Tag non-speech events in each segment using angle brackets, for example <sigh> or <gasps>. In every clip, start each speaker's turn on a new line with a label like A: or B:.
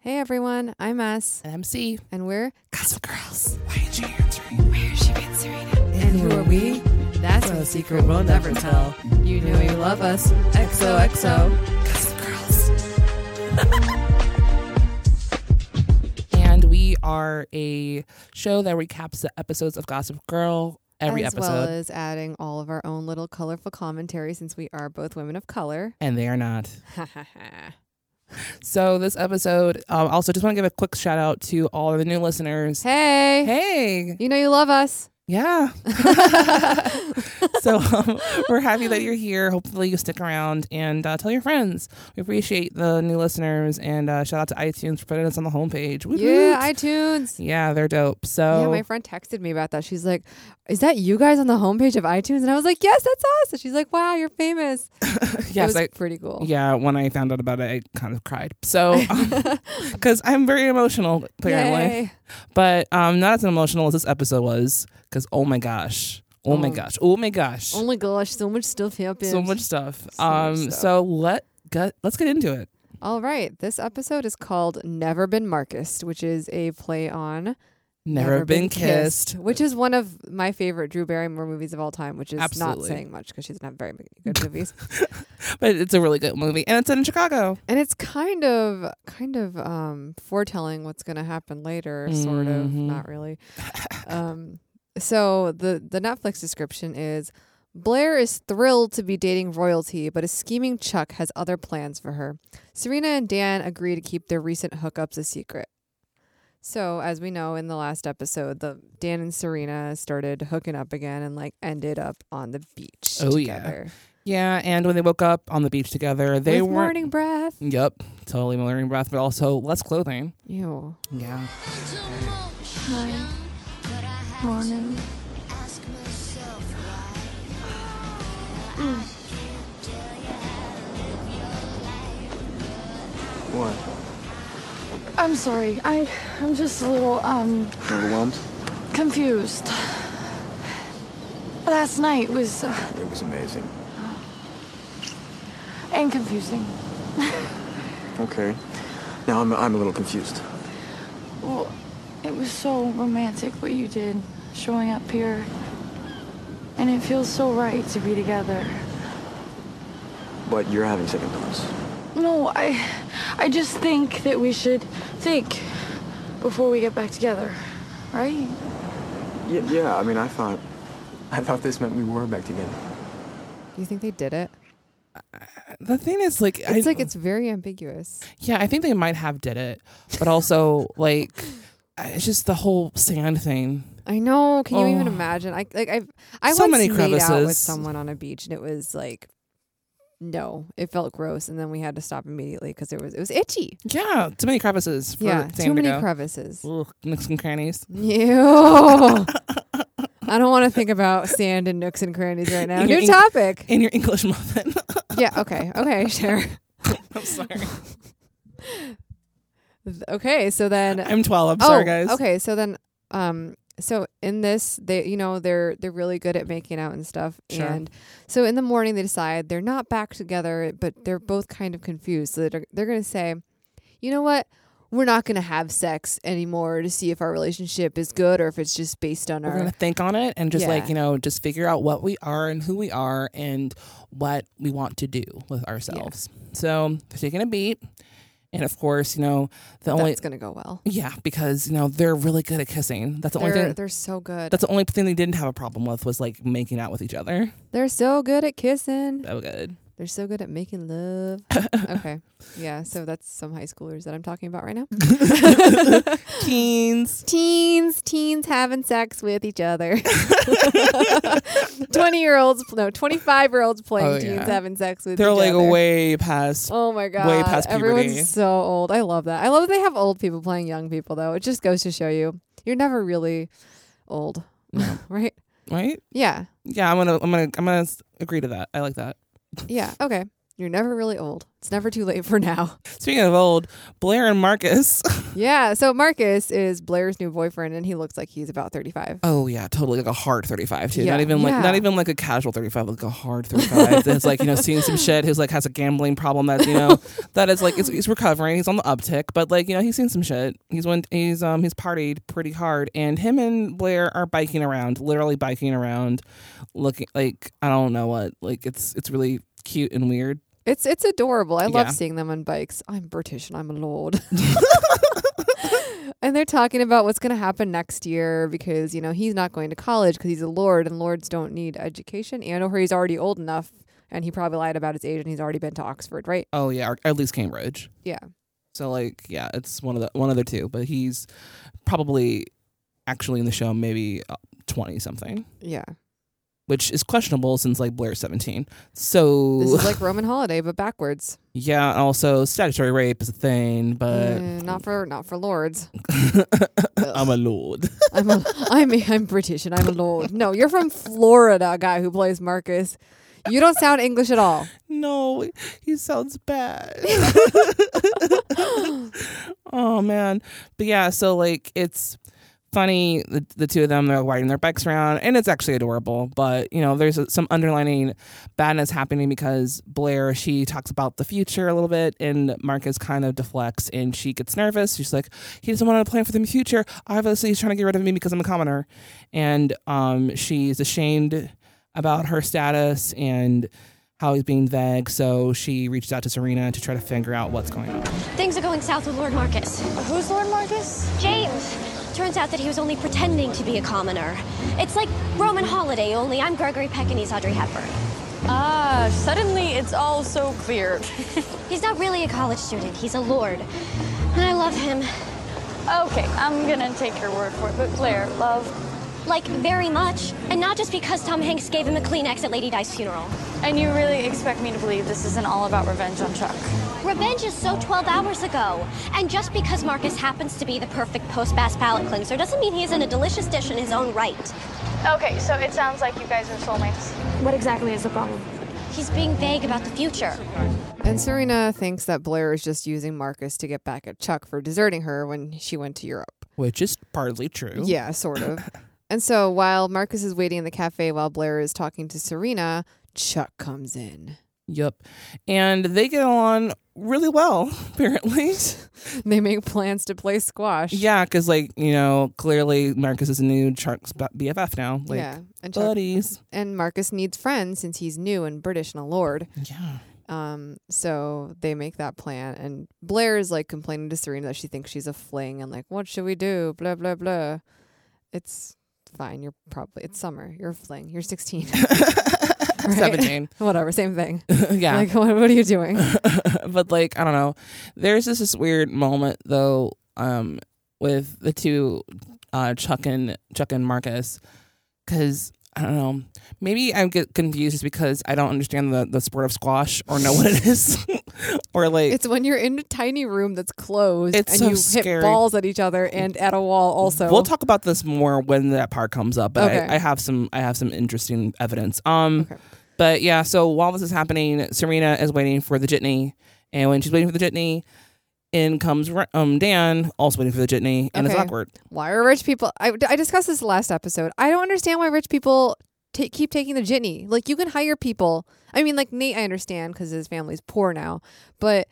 A: Hey everyone, I'm S,
B: And MC.
A: and we're Gossip Girls.
B: Why ain't she answering?
A: Why is she being Serena?
B: And who are we?
A: That's
B: The secret we'll never tell.
A: You know you love us. XOXO.
B: Gossip Girls. <laughs> and we are a show that recaps the episodes of Gossip Girl every
A: as
B: episode.
A: well as adding all of our own little colorful commentary since we are both women of <laughs> color.
B: and they are not. So this episode, um, also just want to give a quick shout out to all the new listeners.
A: hey,
B: Hey,
A: you know you love us.
B: yeah. <laughs> so um, we're happy that you're here. Hopefully you stick around and uh, tell your friends. We appreciate the new listeners and uh, shout out to iTunes for putting us on the homepage. Woot
A: yeah,
B: woot.
A: iTunes.
B: yeah, they're dope.
A: Yeah,
B: So
A: my friend texted me about that. She's like, "Is that you guys on the homepage of iTunes?" And I was like, "Yes, that's us." And she's like, "Wow, you're famous." it
B: yes,
A: was
B: I-
A: pretty cool.
B: yeah. When I found out about it, I kind of cried.
A: <laughs>
B: So because I'm very emotional apparently.
A: Yay.
B: but um, not as emotional as this episode was because oh my gosh oh, my
A: Oh.
B: gosh oh my gosh
A: Oh my gosh, so much stuff happened.
B: so much stuff
A: So much
B: um
A: stuff.
B: so let get let's get into it
A: All right, this episode is called "Never Been Marcus," which is a play on
B: never, been, kissed,
A: which is one of my favorite Drew Barrymore movies of all time. Which is not
B: Absolutely.
A: saying much because she's not very many good movies,
B: but it's a really good movie and it's in chicago
A: and it's kind of kind of um, foretelling what's going to happen later, sort of.
B: Mhm.
A: Not really. um, so the the Netflix description is. Blair is thrilled to be dating royalty, but a scheming Chuck has other plans for her. Serena and Dan agree to keep their recent hookups a secret. So, as we know in the last episode, the Dan and Serena started hooking up again and like ended up on the beach
B: Oh, yeah.
A: together.
B: yeah and when they woke up on the beach together they
A: With
B: weren't
A: morning breath.
B: yep totally morning breath but also less clothing
A: Ew.
B: yeah
C: Morning.
D: What?
C: I'm sorry. I I'm just a little um
D: Overwhelmed?
C: confused. Last night was uh,
D: It was amazing.
C: and confusing.
D: Okay. Now I'm, I'm a little confused.
C: Well, it was so romantic what you did, showing up here, and it feels so right to be together.
D: But you're having second thoughts.
C: No, I I just think that we should think before we get back together, right?
D: Yeah, yeah, I mean, I thought. I thought this meant we were back together.
A: You think they did it?
B: Uh, the thing is like
A: It's
B: I,
A: like it's very ambiguous.
B: Yeah, I think they might have did it, but also <laughs> like uh, it's just the whole sand thing.
A: I know. Can you even
B: Oh.
A: imagine? I like I've I
B: So
A: once
B: many
A: made out with
B: crevices.
A: someone on a beach and it was like no, it felt gross, and then we had to stop immediately because it was it was itchy.
B: Yeah, too many crevices. For
A: yeah,
B: sand
A: too
B: to
A: many
B: go.
A: crevices.
B: Ugh, nooks and crannies.
A: <laughs> Ew. I don't want to think about sand and nooks and crannies right
B: <laughs>
A: now.
B: And your
A: New
B: ink-
A: topic.
B: In your English <laughs> muffin.
A: Yeah. Okay. Okay. <laughs> Sure.
B: I'm sorry.
A: Okay. So then.
B: I'm 12. I'm sorry, guys.
A: Oh, Okay, so then um so in this they you know they're they're really good at making out and stuff
B: Sure.
A: and so in the morning they decide they're not back together but they're both kind of confused so they're, they're going to say you know what we're not going to have sex anymore to see if our relationship is good or if it's just based on
B: We're gonna
A: <laughs> our
B: think on it and just
A: Yeah.
B: like you know, just figure out what we are and who we are and what we want to do with ourselves. So they're taking a beat, and of course, you know the only
A: that's going to go well
B: yeah because you know they're really good at kissing. That's the only
A: they're,
B: thing.
A: they're so good
B: That's the only thing they didn't have a problem with was like making out with each other.
A: they're so good at kissing
B: So good.
A: they're so good at making
B: <laughs>
A: love okay yeah so that's some high schoolers that i'm talking about right now
B: <gasps> Teens.
A: teens teens having sex with each other <laughs> 20 year olds no 25 year olds playing
B: Oh,
A: teens
B: yeah.
A: having sex with
B: They're
A: each
B: like
A: other.
B: way past.
A: oh my god
B: way past puberty.
A: everyone's so old i love that i love that they have old people playing young people though it just goes to show you you're never really old right
B: <laughs> Right?
A: yeah
B: Yeah, I'm gonna, I'm gonna, I'm gonna s- agree to that. I like that.
A: yeah okay You're never really old. It's never too late for now. <laughs>
B: Speaking of old, Blair and Marcus.
A: yeah. So Marcus is Blair's new boyfriend, and he looks like he's about 35.
B: Oh yeah, totally like a hard thirty-five too.
A: Yeah.
B: Not even like
A: Yeah.
B: not even like a casual thirty-five, like a hard thirty-five. that's like you know seeing some shit. Who's like has a gambling problem that you know that is like it's, he's recovering. He's on the uptick, but like you know he's seen some shit. He's went he's um he's partied pretty hard, and him and Blair are biking around, literally biking around, looking like I don't know what. Like it's it's really cute and weird.
A: It's it's adorable. I love
B: Yeah.
A: seeing them on bikes. I'm British and I'm a <laughs> lord. and they're talking about what's going to happen next year because you know he's not going to college because he's a lord and lords don't need education and or he's already old enough and he probably lied about his age and he's already been to Oxford, right?
B: Oh yeah, or at least Cambridge.
A: Yeah.
B: So like yeah, it's one of the one of the two, but he's probably actually in the show maybe twenty something.
A: Yeah.
B: which is questionable since like Blair's 17. So
A: This is like Roman holiday but backwards.
B: <laughs> yeah, and also statutory rape is a thing,
A: <laughs>
B: but
A: Uh, not for not for lords.
B: <laughs> I'm a lord.
A: I'm a, <laughs> I'm a, I'm British and I'm a lord. No, you're from Florida, guy who plays Marcus. You don't sound English at all.
B: <laughs> no, he sounds
A: <laughs>
B: bad. <laughs> oh man. But yeah, so like it's funny the, the two of them they're riding their bikes around and it's actually adorable but you know there's some underlining badness happening because blair she talks about the future a little bit and marcus kind of deflects and she gets nervous she's like he doesn't want to plan for the future obviously he's trying to get rid of me because i'm a commoner and um, she's ashamed about her status and how he's being vague so she reaches out to serena to try to figure out what's going on
E: Things are going south with Lord Marcus.
F: Who's Lord Marcus?
E: James! Turns out that he was only pretending to be a commoner. It's like Roman holiday, only I'm Gregory Peck and he's Audrey Hepburn. <laughs>
F: Ah, suddenly it's all so clear.
E: He's not really a college student, he's a lord. And I love him,
F: Okay, I'm gonna take your word for it. But Blair, love,
E: like, very much. And not just because Tom Hanks gave him a Kleenex at Lady Di's funeral.
F: and you really expect me to believe this isn't all about revenge on Chuck?
E: Revenge is so 12 hours ago. And just because Marcus happens to be the perfect post-bath palate cleanser doesn't mean he isn't a delicious dish in his own right.
F: Okay, so it sounds like you guys are soulmates. What exactly is the problem?
E: He's being vague about the future.
A: And Serena thinks that Blair is just using Marcus to get back at Chuck for deserting her when she went to Europe.
B: which is partly true
A: Yeah, sort
B: <laughs>
A: of. and so while Marcus is waiting in the cafe while Blair is talking to Serena, Chuck comes in.
B: Yep. And they get on really well, <laughs> apparently.
A: They make plans to play squash.
B: yeah, because, like, you know, clearly Marcus is a new Chuck's b- BFF now. Like,
A: yeah. And Chuck
B: buddies.
A: and Marcus needs friends since he's new and British and a lord.
B: <laughs> Yeah.
A: Um, so they make that plan and Blair is like complaining to Serena that she thinks she's a fling and like, what should we do? Blah blah blah. It's fine. You're probably it's summer. You're a fling. You're
B: <laughs>
A: sixteen. <laughs> Right?
B: 17.
A: Whatever, same thing.
B: <laughs> yeah.
A: Like, what, what are you doing?
B: <laughs> but, like, I don't know. There's just this weird moment, though, um, with the two, uh, Chuck and Chuck and Marcus, because. I don't know. Maybe I get confused just because I don't understand the, the sport of squash or know what it is. <laughs> or like
A: It's when you're in a tiny room that's closed
B: It's
A: and
B: so
A: you
B: scary.
A: hit balls at each other and at a wall also.
B: We'll talk about this more when that part comes up, but
A: Okay.
B: I, I have some I have some interesting evidence. Um
A: Okay.
B: but yeah, so while this is happening, Serena is waiting for the jitney, and when she's waiting for the jitney, in comes Ra- um Dan, also waiting for the jitney, and it's
A: Okay.
B: awkward.
A: Why are rich people? I, I discussed this last episode. I don't understand why rich people ta keep taking the jitney. Like you can hire people. I mean, like Nate, I understand because his family's poor now, but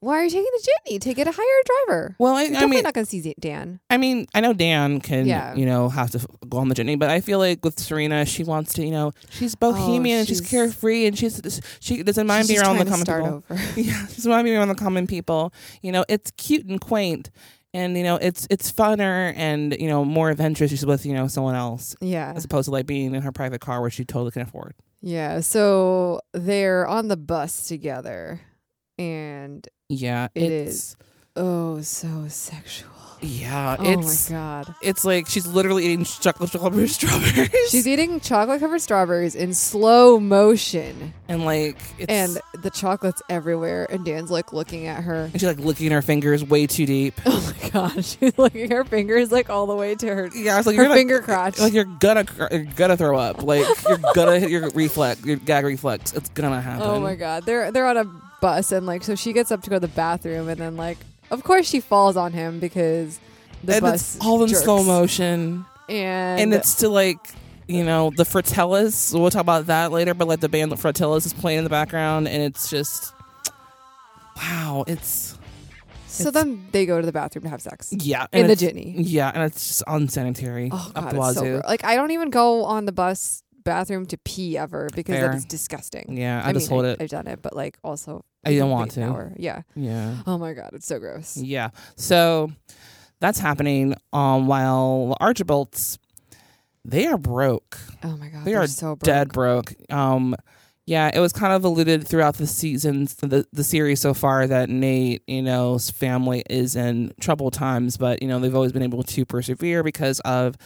A: why are you taking the jitney? Take it a hire a driver.
B: Well, I,
A: You're
B: I
A: definitely
B: mean,
A: not gonna see Z- Dan.
B: I mean, I know Dan can,
A: Yeah.
B: you know, have to f- go on the jitney, but I feel like with Serena, she wants to, you know, she's bohemian and she's,
A: Oh, she's-
B: carefree and she's she doesn't mind
A: She's
B: being
A: just
B: around the
A: trying to
B: common
A: start
B: people.
A: over. <laughs>
B: yeah, she's want to be around the common people. You know, it's cute and quaint, and you know, it's it's funner and you know more adventurous. She's with you know someone else
A: Yeah,
B: as opposed to like being in her private car where she totally can afford.
A: yeah. So they're on the bus together, and
B: Yeah,
A: It
B: it's
A: is. oh, so sexual.
B: Yeah,
A: Oh
B: it's
A: my god.
B: it's like she's literally eating chocolate <laughs> chip covered strawberries.
A: She's eating chocolate covered strawberries in slow motion,
B: and like it's
A: and the chocolate's everywhere. And Dan's like looking at her. <laughs>
B: and she's like licking her fingers way too deep.
A: Oh my god, <laughs> she's looking her fingers like all the way to her.
B: Yeah, it's like
A: Her
B: you're gonna-
A: finger crotch.
B: Like you're gonna cr- you're gonna throw up. Like you're gonna hit your reflex, your gag reflex. It's gonna happen.
A: Oh my god, they're they're on a bus, and like so she gets up to go to the bathroom, and then like of course she falls on him because the
B: and
A: bus
B: it's all in
A: jerks.
B: slow motion,
A: and,
B: and it's to like you know the Fratellas. We'll talk about that later, but like the band Fratellas is playing in the background, and it's just wow. It's
A: so then they go to the bathroom to have sex.
B: yeah,
A: In
B: and
A: the
B: it's-
A: jitney.
B: Yeah, and it's just unsanitary.
A: Oh
B: up
A: god, it's
B: the
A: so
B: wazoo.
A: gross. like I don't even go on the bus bathroom to pee ever because
B: Fair.
A: that is disgusting.
B: Yeah, I just hold it.
A: I've done it, but like also
B: I don't
A: wait
B: want
A: an
B: to.
A: hour. Yeah.
B: yeah.
A: Oh my god, it's so gross.
B: Yeah. So that's happening um, while Archibalds, they are broke.
A: Oh my god,
B: They
A: are
B: are
A: so broke.
B: Dead broke. Um, yeah, it was kind of alluded throughout the seasons, the, the series so far that Nate, you know, his family is in trouble times, but, you know, they've always been able to persevere because of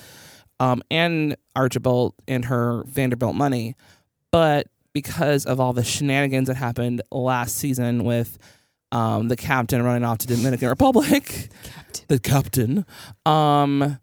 B: um, Anne Archibald and her Vanderbilt money. But because of all the shenanigans that happened last season with um, the captain running off to Dominican Republic,
A: Captain.
B: the captain, um,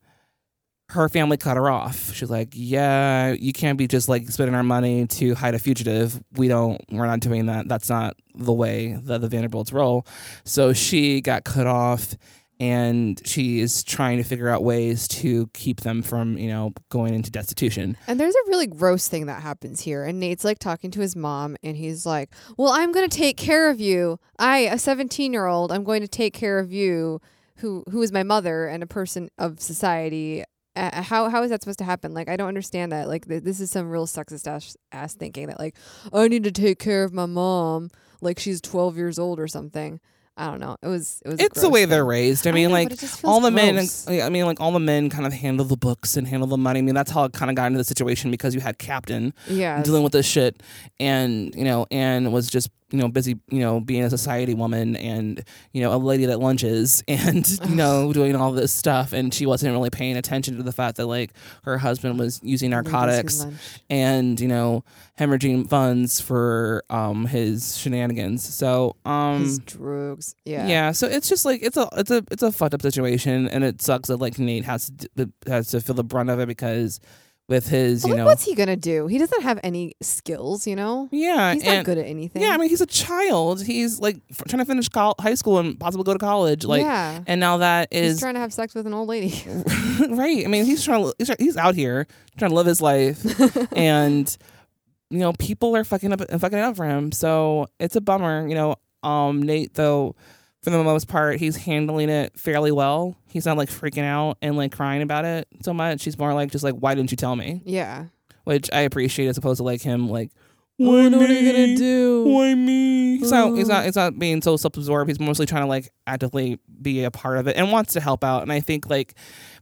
B: her family cut her off. She's like, "Yeah, you can't be just like spending our money to hide a fugitive. We don't. We're not doing that. That's not the way that the Vanderbilts roll." So she got cut off, and she is trying to figure out ways to keep them from, you know, going into destitution.
A: And there's a really gross thing that happens here. And Nate's like talking to his mom, and he's like, Well, I'm going to take care of you. I, a 17 year old, I'm going to take care of you, who who is my mother and a person of society. Uh, how How is that supposed to happen? Like, I don't understand that. Like, th- this is some real sexist ass, ass thinking that, like, I need to take care of my mom. Like, she's 12 years old or something. I don't know. It was, it was,
B: It's the
A: gross
B: way they're
A: thing.
B: raised. I
A: I
B: mean,
A: know,
B: like
A: but it just feels
B: all the men.
A: gross.
B: I mean, like all the men kind of handle the books and handle the money. I mean, that's how it kind of got into the situation because you had Captain
A: Yeah.
B: dealing with this shit, and you know, Anne was just you know busy you know being a society woman and you know a lady that lunches <laughs> and you know doing all this stuff, and she wasn't really paying attention to the fact that like her husband was using narcotics
A: lunch.
B: and you know hemorrhaging funds for um his shenanigans. So um
A: His drugs. Yeah.
B: yeah. so it's just like it's a it's a it's a fucked up situation, and it sucks that like Nate has to d- has to feel the brunt of it because with his
A: But,
B: you
A: like,
B: know
A: what's he gonna do? He doesn't have any skills, you know.
B: yeah
A: He's
B: and,
A: not good at anything.
B: yeah I mean he's a child he's like f- trying to finish col- high school and possibly go to college like
A: Yeah.
B: and now that
A: he's
B: is
A: trying to have sex with an old lady. <laughs>
B: <laughs> right I mean he's trying to he's, try- he's out here trying to live his life
A: <laughs>
B: and you know people are fucking up and fucking it up for him so it's a bummer you know um nate though for the most part he's handling it fairly well he's not like freaking out and like crying about it so much he's more like just like why didn't you tell me
A: yeah.
B: which i appreciate as opposed to like him like
A: Oh, what are you
B: me?
A: gonna do?
B: why me he's not he's
A: Uh.
B: not he's not being so self-absorbed he's mostly trying to like actively be a part of it and wants to help out and i think like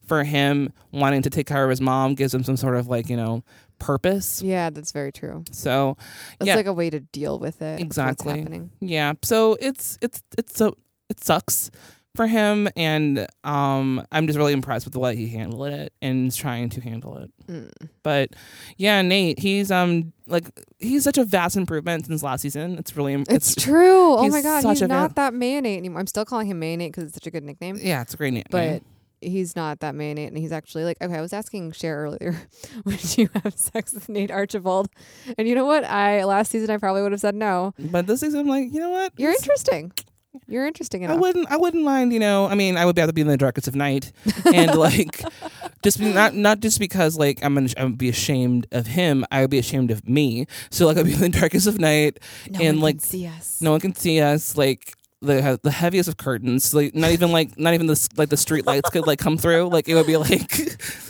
B: for him wanting to take care of his mom gives him some sort of like you know purpose
A: Yeah, that's very true.
B: so
A: That's
B: yeah,
A: like a way to deal with it. what's
B: Exactly.
A: happening.
B: yeah. So it's it's it's so it sucks for him, and um, I'm just really impressed with the way he handled it and is trying to handle it.
A: Mm.
B: But yeah, Nate, he's um like he's such a vast improvement since last season. It's really im-
A: It's, true. Oh
B: he's
A: my god,
B: such
A: he's
B: a va-
A: not that mayonnaise anymore. I'm still calling him mayonnaise because it's such a good nickname.
B: yeah, it's a great name.
A: But he's not that mayonnaise, and he's actually like okay. I was asking Cher earlier, <laughs> would you have sex with Nate Archibald? And you know what? I last season I probably would have said no.
B: but this season, I'm like, you know what?
A: You're
B: It's-
A: interesting. You're interesting
B: I
A: enough.
B: wouldn't. I wouldn't mind. You know. I mean, I would be able to be in the darkest of night,
A: <laughs>
B: and like, just be, not not just because like I'm gonna I would be ashamed of him. I would be ashamed of me. So like I'd be in the darkest of night,
A: No one
B: and
A: can
B: like
A: see us.
B: no one can see us. Like the the heaviest of curtains. Like not even like not even the s- like the street lights could like come through. Like it would be like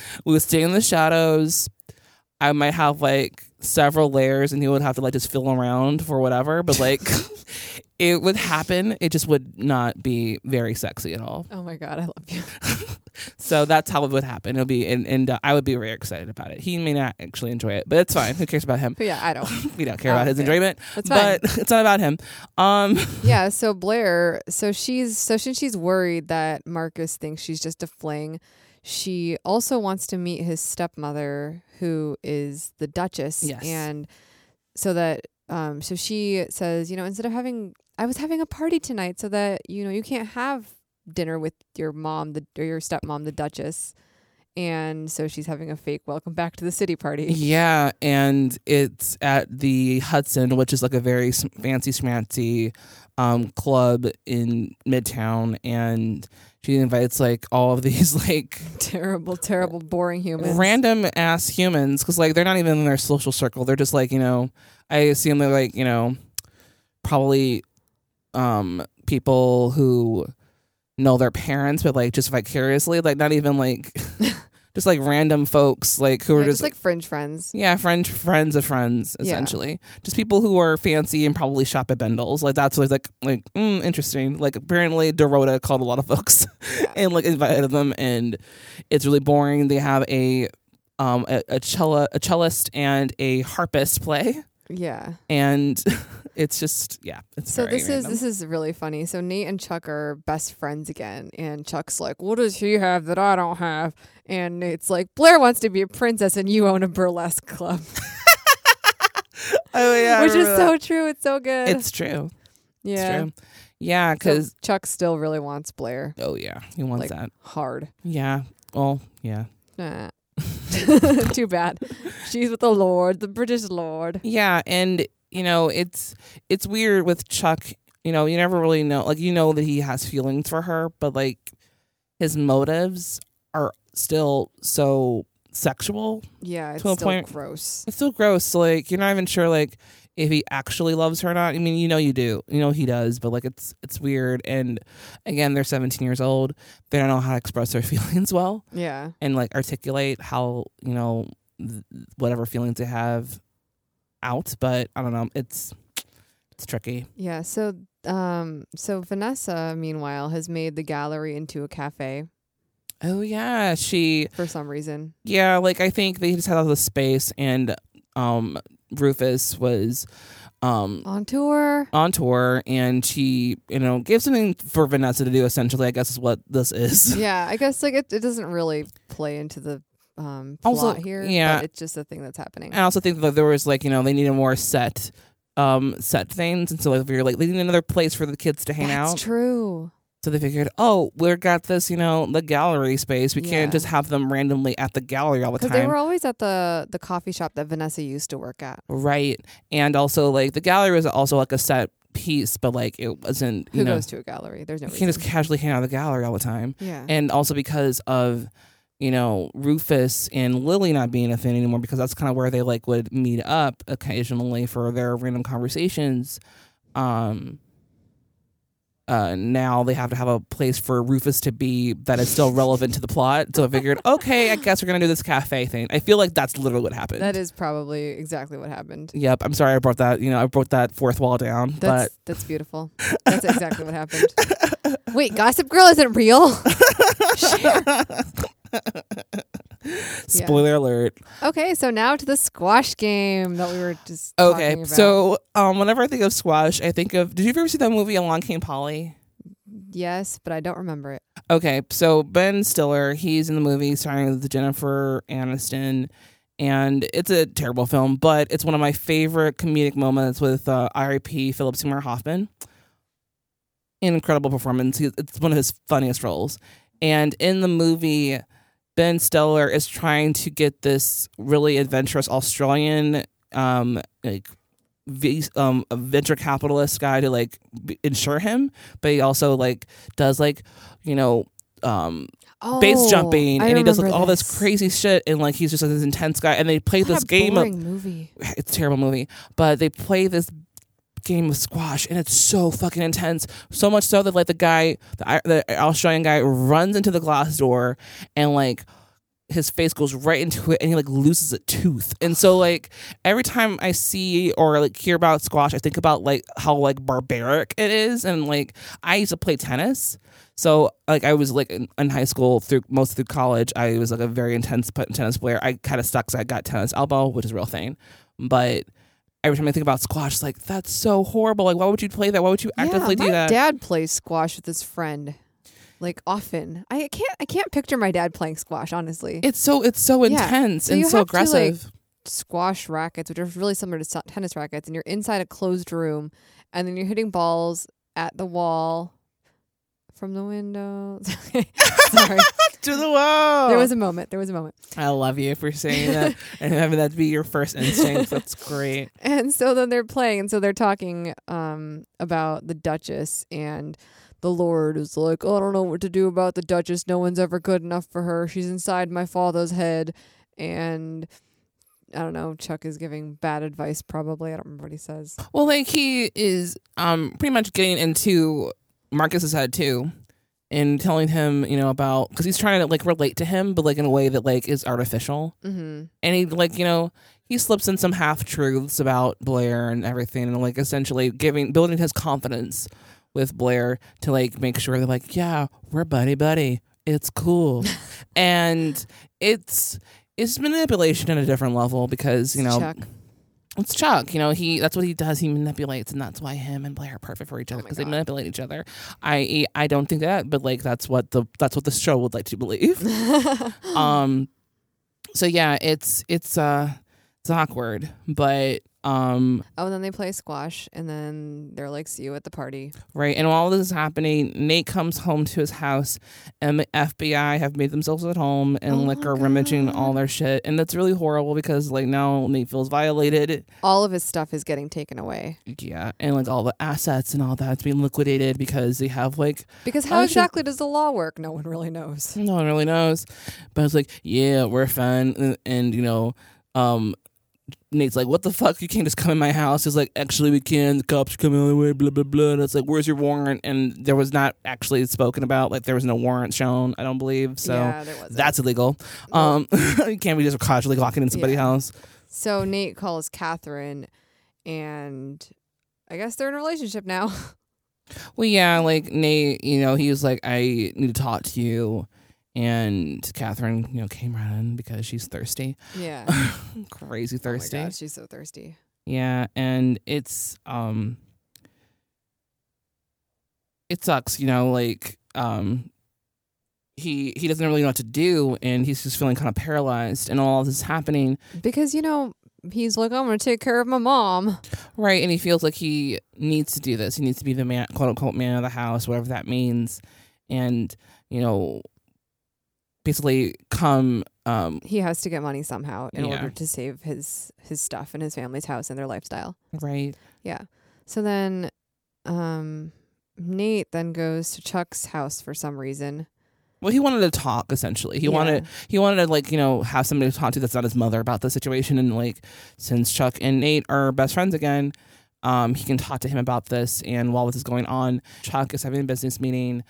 B: <laughs> we would stay in the shadows. I might have like several layers, and he would have to like just feel around for whatever. But like it would happen. It just would not be very sexy at all.
A: Oh my god, I love you. <laughs>
B: So that's how it would happen. It'll be and, and uh, I would be very excited about it. He may not actually enjoy it, but it's fine. Who cares about him?
A: But yeah, I don't.
B: We don't care
A: I
B: about
A: don't
B: his
A: care.
B: enjoyment.
A: That's fine.
B: but <laughs> it's not about him. Um,
A: yeah, so Blair, so she's so since she's worried that Marcus thinks she's just a fling, she also wants to meet his stepmother, who is the Duchess.
B: Yes.
A: And so that um so she says, you know, instead of having I was having a party tonight so that, you know, you can't have dinner with your mom, the or your stepmom, the Duchess. And so she's having a fake welcome back to the city party.
B: yeah, and it's at the Hudson, which is like a very s- fancy schmancy um, club in Midtown, and she invites like all of <laughs> these like
A: <laughs> terrible, terrible, boring humans.
B: random ass humans because like they're not even in their social circle they're just like you know i assume they're like you know probably um people who know their parents but like just vicariously like not even like <laughs> just like random folks like who are
A: Yeah,
B: just,
A: just like fringe friends.
B: yeah friend friends of friends
A: Yeah.
B: essentially just people who are fancy and probably shop at bendel's like that's what like like mm, interesting like apparently dorota called a lot of <laughs> folks and like invited them and it's really boring they have a um a, a cello a cellist and a harpist play
A: Yeah.
B: and <laughs> it's just yeah it's
A: So
B: very
A: this <laughs>
B: random.
A: is this is really funny. So Nate and Chuck are best friends again, and Chuck's like, "What does he have that I don't have?" And Nate's like, "Blair wants to be a princess, and you own a burlesque club,"
B: oh <laughs> yeah I
A: which is
B: remember
A: so
B: that.
A: true. It's so good.
B: it's true
A: yeah,
B: it's true yeah
A: So
B: because
A: Chuck still really wants Blair
B: oh yeah he wants
A: like
B: that
A: hard.
B: yeah oh yeah <laughs>
A: Nah. <laughs> Too bad. She's with the Lord, the British Lord.
B: Yeah, and you know, it's it's weird with Chuck, you know, you never really know like you know that he has feelings for her, but like his motives are still so sexual.
A: Yeah, it's
B: To a
A: still
B: point-
A: gross.
B: It's still gross. So, like you're not even sure like if he actually loves her or not. I mean, you know you do. You know he does, but like it's it's weird and again, they're 17 years old. They don't know how to express their <laughs> feelings well
A: Yeah,
B: and like articulate how you know th- whatever feelings they have out but i don't know it's it's tricky
A: yeah. So, um, so Vanessa, meanwhile, has made the gallery into a cafe
B: oh yeah she
A: for some reason.
B: yeah like i think they just had all the space and um rufus was um
A: on tour.
B: on tour and she you know gave something for vanessa to do essentially i guess is what this is <laughs>
A: yeah, I guess like it, it doesn't really play into the um plot
B: Also,
A: here.
B: yeah.
A: but it's just a thing that's happening.
B: I also think that there was like you know they needed more set um set things and so like we were like they need another place for the kids to hang
A: that's
B: out
A: true.
B: So they figured, oh, we've got this, you know, the gallery space. We
A: Yeah.
B: can't just have them randomly at the gallery all the
A: Because
B: time.
A: they were always at the the coffee shop that Vanessa used to work at.
B: right. And also, like, the gallery was also like a set piece, but like it wasn't,
A: Who
B: you know,
A: goes to a gallery? There's no
B: you
A: reason.
B: can't just casually hang out at the gallery all the time.
A: yeah,
B: And also because of, you know, Rufus and Lily not being a thing anymore, because that's kind of where they like would meet up occasionally for their random conversations. Um, uh, now they have to have a place for Rufus to be that is still relevant to the plot. So I
A: <laughs>
B: figured, okay, I guess we're gonna do this cafe thing. I feel like that's literally what happened.
A: that is probably exactly what happened.
B: Yep, I'm sorry I brought that. You know, I brought that fourth wall down.
A: That's that's beautiful. That's exactly what happened.
B: <laughs>
A: Wait, Gossip Girl isn't real.
B: but spoiler alert.
A: okay, so now to the squash game that we were just talking
B: Okay,
A: about.
B: so um, whenever I think of squash, I think of. Did you ever see that movie Along Came Polly?
A: yes, but I don't remember it.
B: Okay, so Ben Stiller, he's in the movie starring with Jennifer Aniston, and it's a terrible film, but it's one of my favorite comedic moments with uh, R.I.P. Philip Seymour Hoffman. Incredible performance. He, it's one of his funniest roles, and in the movie, Ben Stiller is trying to get this really adventurous Australian, um, like v- um, a venture capitalist guy to like b- insure him, but he also like does like you know um
A: Oh,
B: base jumping
A: I
B: and he does like
A: remember
B: all this crazy shit and like he's just like, this intense guy and they play
A: What
B: this
A: a
B: game
A: boring
B: of
A: movie.
B: <laughs> it's a terrible movie, but they play this game of squash and it's so fucking intense so much so that like the guy the, the australian guy runs into the glass door and like his face goes right into it and he like loses a tooth. And so like every time I see or like hear about squash, I think about like how like barbaric it is. And like I used to play tennis. So like I was like in, in high school through most through college, I was like a very intense p- tennis player. I kind of sucks. I got tennis elbow, which is a real thing. But every time I think about squash, like that's so horrible. Like why would you play that? Why would you actively
A: yeah,
B: do
A: my
B: that?
A: dad plays squash with his friend, like often. I can't. I can't picture my dad playing squash. Honestly,
B: it's so it's so
A: Yeah.
B: intense
A: So
B: and
A: you
B: so
A: have to, like,
B: aggressive.
A: squash rackets, which are really similar to so- tennis rackets, and you're inside a closed room, and then you're hitting balls at the wall from the window. <laughs>
B: <laughs>
A: Sorry,
B: to the wall.
A: there was a moment. There was a moment.
B: I love you for saying that and having that be your first instinct. That's great.
A: <laughs> And so then they're playing, and so they're talking um, about the Duchess, and the Lord is like, oh, I don't know what to do about the Duchess. No one's ever good enough for her. She's inside my father's head. And I don't know, Chuck is giving bad advice, probably. I don't remember what he says.
B: Well, like he is um pretty much getting into Marcus's head too, and telling him you know about because he's trying to like relate to him, but like in a way that like is artificial.
A: Mm-hmm.
B: And he like you know he slips in some half truths about Blair and everything, and like essentially giving building his confidence with Blair to like make sure they're like yeah we're buddy buddy
A: <laughs>
B: it's cool, and it's it's manipulation at a different level because you know
A: Chuck.
B: it's Chuck. You know, he that's what he does. He manipulates, and that's why him and Blair are perfect for each other because they manipulate each other. I I don't think that, but like that's what the that's what the show would like to believe. um, so yeah, it's it's uh it's awkward, but um
A: Oh, and then they play squash, and then they're like, "See you at the party."
B: right. And while this is happening, Nate comes home to his house, and the FBI have made themselves at home and like are rummaging all their shit, and that's really horrible because like now Nate feels violated.
A: All of his stuff is getting taken away
B: Yeah, and like all the assets and all that's being liquidated because they have like
A: because how
B: I should-
A: exactly does the law work? No one really knows.
B: no one really knows. But it's like, yeah, we're fine, and, and, you know, um, Nate's like, what the fuck? You can't just come in my house. He's like, actually, we can. The cops are coming all the way. Blah blah blah. And it's like, where's your warrant? And there was not actually spoken about. Like there was no warrant shown. I don't believe so.
A: Yeah, there wasn't.
B: That's illegal. Um, <laughs> you can't be just casually walking in somebody's
A: Yeah.
B: house.
A: So Nate calls Catherine, and I guess they're in a relationship now.
B: Well, yeah, like Nate, you know, he was like, I need to talk to you. And Catherine, you know, came running because she's thirsty, <laughs>
A: yeah.
B: crazy
A: Oh my
B: thirsty.
A: God, Oh she's so thirsty.
B: yeah, and it's um, it sucks, you know, like um, he he doesn't really know what to do, and he's just feeling kind of paralyzed, and all this is happening,
A: Because you know he's like, "I'm gonna take care of my mom."
B: right? And he feels like he needs to do this. He needs to be the man, quote unquote, man of the house, whatever that means, and you know, basically come um,
A: He has to get money somehow in
B: Yeah.
A: order to save his his stuff and his family's house and their lifestyle.
B: right.
A: Yeah. So then um Nate then goes to Chuck's house for some reason.
B: Well, he wanted to talk essentially. He
A: Yeah.
B: wanted he wanted to like you know have somebody to talk to that's not his mother about the situation, and like since Chuck and Nate are best friends again, um, he can talk to him about this. And while this is going on, Chuck is having a business meeting.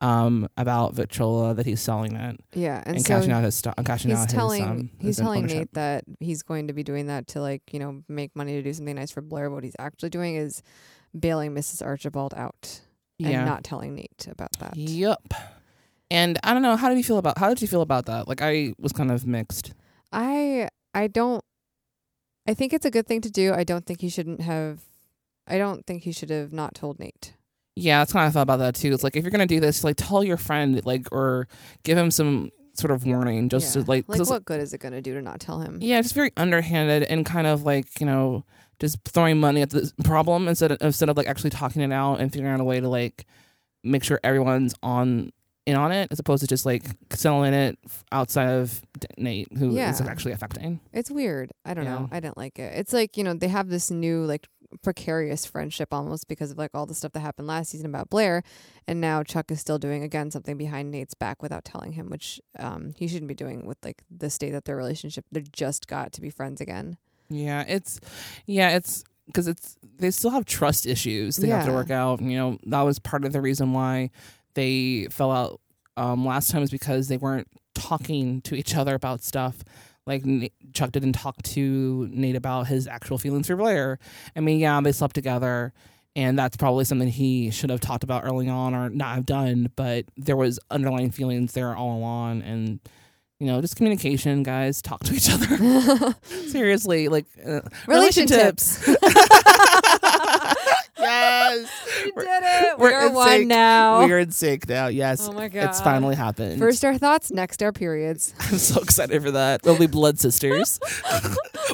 B: Um, about Victrola that he's selling it
A: Yeah. And,
B: and,
A: so
B: cashing out his stock, cashing
A: he's
B: out
A: telling
B: his um,
A: he's
B: his
A: telling
B: ownership.
A: Nate that he's going to be doing that to like, you know, make money to do something nice for Blair. What he's actually doing is bailing Mrs. Archibald out and not telling Nate about that.
B: Yep. And I don't know. How did you feel about? How did you feel about that? Like I was kind of mixed.
A: I I don't I think it's a good thing to do. I don't think he shouldn't have I don't think he should have not told Nate.
B: Yeah, that's kind of thought about that too. It's like if you're gonna do this, like tell your friend, like or give him some sort of warning, just
A: Yeah.
B: to like, 'cause
A: like
B: it's-
A: what good is it going to do to not tell him?
B: yeah, just very underhanded and kind of like you know just throwing money at the problem instead of, instead of like actually talking it out and figuring out a way to like make sure everyone's on in on it as opposed to just like selling it outside of Nate, who is
A: Yeah.
B: actually affecting.
A: It's weird. I don't know.
B: Yeah.
A: I didn't like it. It's like, you know, they have this new like precarious friendship almost because of like all the stuff that happened last season about Blair and now Chuck is still doing again something behind Nate's back without telling him, which um he shouldn't be doing with like the state that their relationship they just got to be friends again.
B: Yeah, it's yeah, it's because it's they still have trust issues they have to
A: Yeah.
B: work out. You know, that was part of the reason why they fell out um, last time is because they weren't talking to each other about stuff. Like Na- Chuck didn't talk to Nate about his actual feelings for Blair. I mean, yeah, they slept together, and that's probably something he should have talked about early on or not have done. But there was underlying feelings there all along, and you know, just communication, guys. Talk to each
A: <laughs>
B: other. <laughs> Seriously, like uh,
A: Relationships.
B: <laughs> yes.
A: <laughs> We did it. We're,
B: in
A: one
B: sync.
A: now.
B: We are in sync now. Yes.
A: Oh my
B: It's
A: God.
B: finally happened.
A: First our thoughts, next our
B: <laughs>
A: periods.
B: I'm so excited for that. They'll be
A: <laughs>
B: blood sisters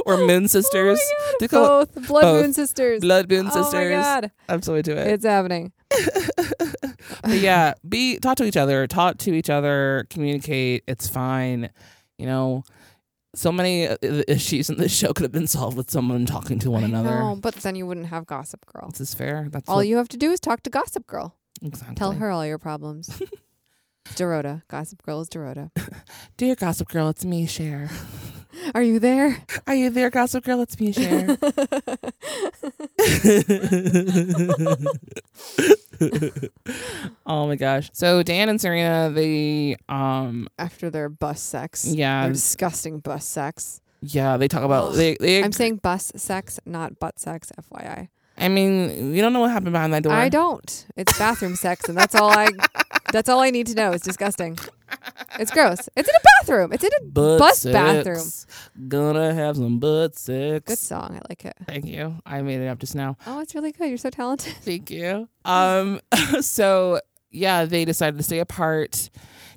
B: or
A: Oh
B: moon sisters. Do you call it
A: Both blood
B: both.
A: moon sisters.
B: blood moon
A: Oh
B: sisters.
A: my god,
B: I'm so into it.
A: it's happening.
B: But yeah, be talk to each other, talk to each other, communicate. It's fine. You know, so many uh, <laughs> issues in this show could have been solved with someone talking to one
A: I
B: another.
A: know, but then you wouldn't have Gossip Girl.
B: This is fair. That's
A: All
B: what-
A: you have to do is talk to Gossip Girl.
B: exactly.
A: Tell her all your problems.
B: <laughs>
A: Dorota, Gossip Girl is Dorota.
B: dear Gossip Girl, it's me, Cher.
A: Are you there?
B: Are you there, Gossip Girl? It's
A: <laughs>
B: me, Cher. oh my gosh. So Dan and Serena, they um
A: After their bus sex,
B: Yeah.
A: their disgusting bus sex.
B: yeah, they talk about they they
A: I'm saying bus sex, not butt sex. FYI,
B: I mean, you don't know what happened behind that door.
A: I don't. It's bathroom sex, and that's all I. That's all I need to know. It's disgusting. It's gross. It's in a bathroom. It's in a
B: Butt
A: bus
B: sex.
A: bathroom.
B: Gonna have some butt sex.
A: Good song. I like it.
B: Thank you. I made it up just now.
A: Oh, it's really good. You're so talented. <laughs>
B: Thank you. Um, <laughs> so yeah, they decided to stay apart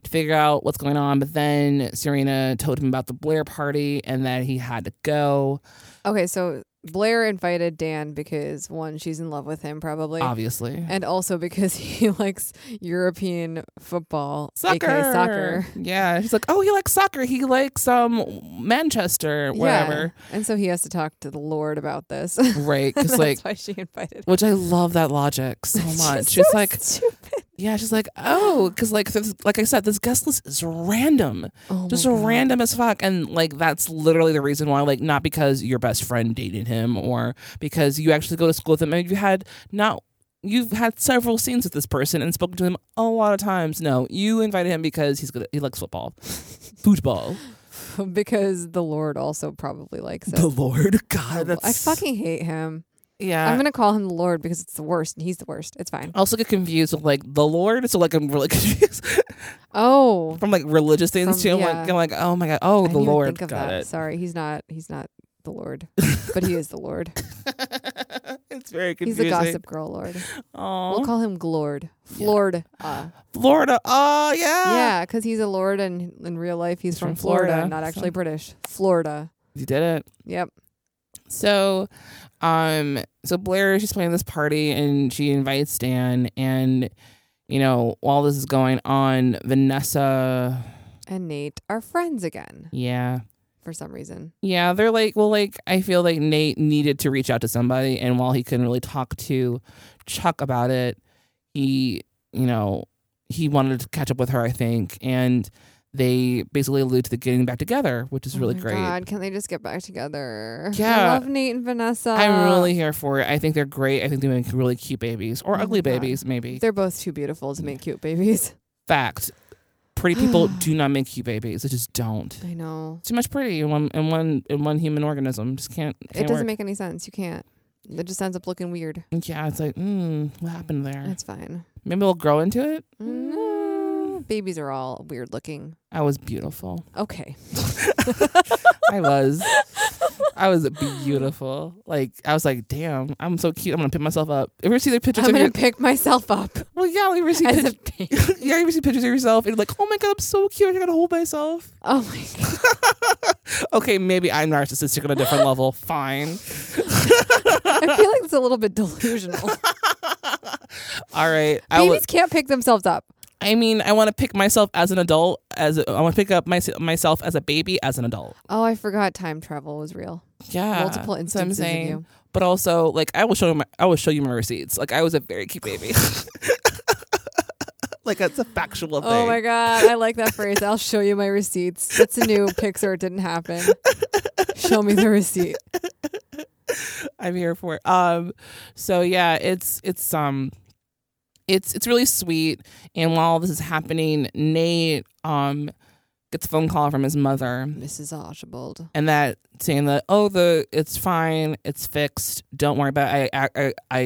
B: to figure out what's going on. But then Serena told him about the Blair party and that he had to go.
A: Okay, so Blair invited Dan because one, she's in love with him probably,
B: Obviously,
A: and also because <laughs> he likes European football, aka soccer.
B: Yeah, he's like, oh, he likes soccer. He likes um Manchester, whatever.
A: Yeah. And so he has to talk to the Lord about this. <laughs>
B: Right? Because
A: That's <laughs>
B: like.
A: why she invited. him.
B: Which I love that
A: <laughs>
B: logic so much. She's
A: so
B: like,
A: stupid.
B: yeah, she's like, oh, because like, this, like I said, this guest list is random.
A: Oh
B: just
A: my God.
B: random as fuck and like that's literally the reason why like not because your best friend dated him or because you actually go to school with him and you had not you've had several scenes with this person and spoken to him a lot of times no you invited him because he's good he
A: <laughs>
B: likes football football
A: because the Lord also probably likes it.
B: the lord god that's
A: I fucking hate him.
B: yeah
A: I'm gonna call him the Lord because it's the worst, and he's the worst. It's fine.
B: I also get confused with like the lord so like i'm really <laughs> confused
A: Oh,
B: from like religious
A: From-
B: things too I'm, like,
A: yeah.
B: I'm like oh my god oh
A: I
B: the
A: didn't even
B: lord
A: Think of
B: got
A: that.
B: it
A: Sorry, he's not. He's not the
B: <laughs>
A: Lord, but he is the Lord.
B: it's very
A: He's
B: confusing
A: the Gossip Girl Lord.
B: Aw. Ah.
A: We'll call him Glord. Flord. Yeah,
B: Florida. Oh yeah.
A: yeah, because he's a Lord, and in real life he's, from,
B: from
A: Florida,
B: Florida,
A: not
B: so-
A: actually British. Florida.
B: You did it.
A: Yep.
B: So um so Blair she's playing this party and she invites Dan and you know, while this is going on, Vanessa
A: And Nate are friends again
B: Yeah.
A: for some reason.
B: Yeah, they're like, well, like I feel like Nate needed to reach out to somebody, and while he couldn't really talk to Chuck about it, he, you know, he wanted to catch up with her, I think, and they basically allude to the getting back together, which is really
A: Oh my
B: great.
A: God, can they just get back together? I
B: Yeah.
A: love Nate and Vanessa.
B: I'm really here for it. I think they're great. I think they make really cute babies or
A: my
B: ugly
A: God.
B: babies, maybe.
A: They're both too beautiful to make cute babies.
B: Fact.
A: <gasps>
B: Pretty people do not make cute babies. They just don't.
A: I know.
B: Too much pretty in one in one in one human organism. Just can't.
A: It
B: can't
A: doesn't
B: work.
A: make any sense. You can't. It just ends up looking weird.
B: Yeah, it's like, mm, what happened there?
A: It's fine.
B: Maybe they'll grow into it.
A: Mm, Babies are all weird looking.
B: I was beautiful.
A: Okay.
B: I was. I was beautiful. Like I was like, damn, I'm so cute. I'm gonna pick myself up. Ever see the pictures
A: I'm
B: of
A: going
B: your?
A: to pick myself
B: <laughs>
A: up
B: Well, yeah, like, ever
A: <laughs>
B: see
A: as a
B: pictures?
A: baby.
B: yeah, you ever see pictures of yourself and you're like, oh my god, I'm so cute. I gotta hold myself.
A: Oh my God.
B: okay, maybe I'm narcissistic on
A: <laughs>
B: a different level. Fine.
A: I feel like it's a little bit delusional.
B: All right. <laughs> I,
A: Babies
B: w-
A: can't pick themselves up.
B: I mean, I want to pick myself as an adult. As a, I want to pick up my, myself as a baby as an adult.
A: Oh, I forgot time travel was real.
B: Yeah,
A: Multiple
B: that's what I'm
A: instances of
B: saying.
A: you.
B: But also, like, I will show you. My, I will show you my receipts. Like, I was a very cute baby. <laughs> like, that's a factual thing.
A: Oh my God. I like that phrase. I'll show you my receipts. That's a new Pixar. It didn't happen. Show me the receipt.
B: I'm here for it. Um, so yeah, it's it's um, it's it's really sweet. And while this is happening, Nate um, gets a phone call from his mother
A: Mrs. Archibald.
B: and that saying that oh the it's fine it's fixed don't worry about it. I, I I- I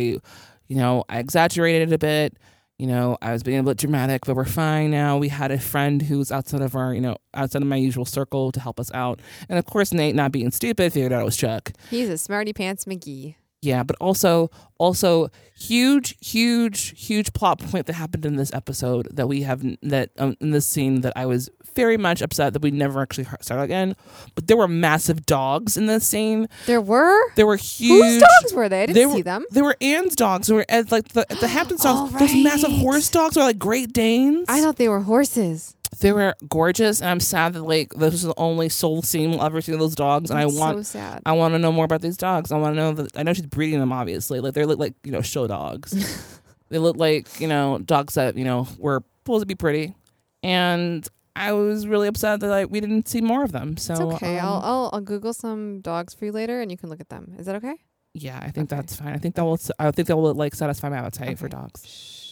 B: you know I exaggerated it a bit you know I was being a bit dramatic but we're fine now we had a friend who's outside of our you know outside of my usual circle to help us out and of course Nate not being stupid figured out it was Chuck
A: He's a smarty pants McGee.
B: yeah but also also huge huge huge plot point that happened in this episode that we have that um, in this scene that i was very much upset that we never actually heard- saw again but there were massive dogs in this scene
A: There were
B: there were huge
A: dogs were they? I didn't
B: they
A: see
B: were-
A: them.
B: There were Anne's dogs. There were uh, like the the Hamptons dogs.
A: <gasps> Oh,
B: Those massive
A: right.
B: horse dogs are like Great Danes.
A: I thought they were horses.
B: they were gorgeous, and I'm sad that like this is the only soul scene we'll ever see of those dogs. And
A: That's
B: I
A: so
B: want
A: sad.
B: I want to know more about these dogs. I want to know that I know she's breeding them. Obviously, like they look like you know show dogs.
A: <laughs>
B: they look like you know dogs that you know were supposed to be pretty, and I was really upset that like we didn't see more of them. So
A: It's okay.
B: um,
A: I'll, I'll I'll Google some dogs for you later, and you can look at them. Is that okay?
B: yeah, I think that's fine. I think that will s- I think that will like satisfy my appetite for
A: Okay.
B: dogs.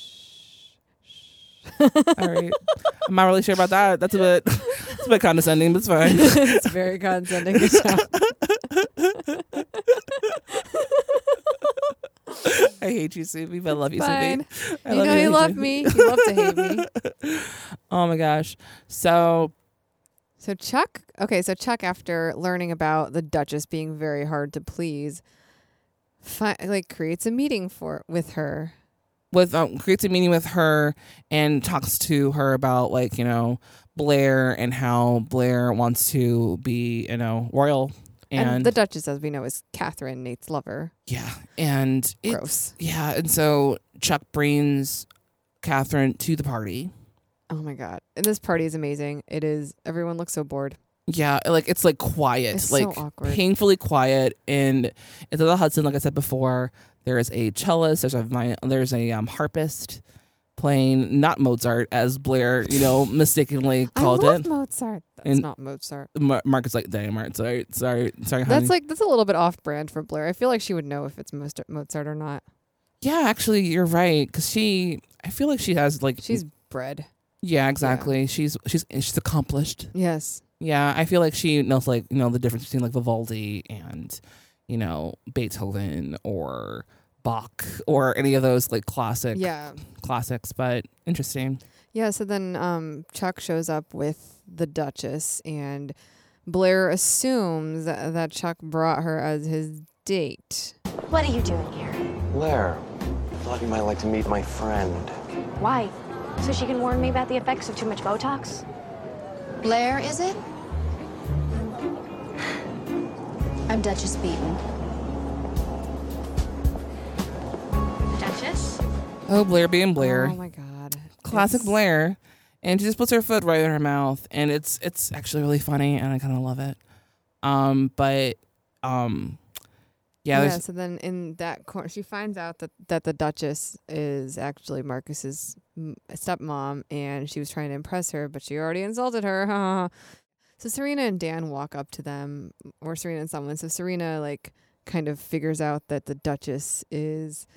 A: <laughs>
B: All right, I'm not really sure about that. That's a bit <laughs> it's a bit condescending, but it's fine.
A: <laughs> it's very condescending. Good job. <laughs>
B: I hate you, Subi, but I love you,
A: Fine.
B: Subi. I
A: you know you
B: hate
A: love
B: <laughs>
A: me. You love to hate me.
B: Oh my gosh. So
A: So Chuck, okay, so Chuck, after learning about the Duchess being very hard to please, fi- like creates a meeting for with her.
B: with um, creates a meeting with her and talks to her about like you know Blair and how Blair wants to be you know royal
A: And,
B: and,
A: the Duchess, as we know, is Catherine, Nate's lover.
B: yeah and it,
A: Gross.
B: yeah and so Chuck brings Catherine to the party.
A: Oh my god. And this party is amazing. It is everyone looks so bored.
B: Yeah, like it's like quiet,
A: It's so
B: like
A: awkward.
B: painfully quiet, and it's at the Hudson. Like I said before, there is a cellist, there's a vi- there's a um, harpist playing not Mozart as Blair, you know, mistakenly called
A: I love
B: it.
A: Mozart. That's
B: And-
A: not Mozart.
B: Mar- Mark is like, damn, Mark, sorry, sorry, sorry, honey.
A: That's like that's a little bit off brand for Blair. I feel like she would know if it's Mozart Mozart or not.
B: yeah, actually, you're right, because she, I feel like she has like,
A: She's bred.
B: yeah, exactly. She's she's she's accomplished.
A: Yes.
B: Yeah, I feel like she knows like you know the difference between like Vivaldi and you know Beethoven or Bach or any of those like classic
A: Yeah.
B: classics. But interesting.
A: Yeah, so then um, Chuck shows up with the Duchess, and Blair assumes that, that Chuck brought her as his date.
E: What are you doing here?
D: Blair, I thought you might like to meet my friend.
E: Why? So she can warn me about the effects of too much Botox?
G: Blair, is it? I'm Duchess Beaton.
E: Duchess?
B: Oh, Blair being Blair,
A: Oh my God.
B: classic
A: It's-
B: Blair, and she just puts her foot right in her mouth, and it's it's actually really funny, and I kind of love it. Um, but um, yeah,
A: Yeah,
B: there's
A: so then in that corner, she finds out that, that the Duchess is actually Marcus's m- stepmom, and she was trying to impress her, but she already insulted her. <laughs> so Serena and Dan walk up to them, or Serena and someone. So Serena, like, kind of figures out that the Duchess is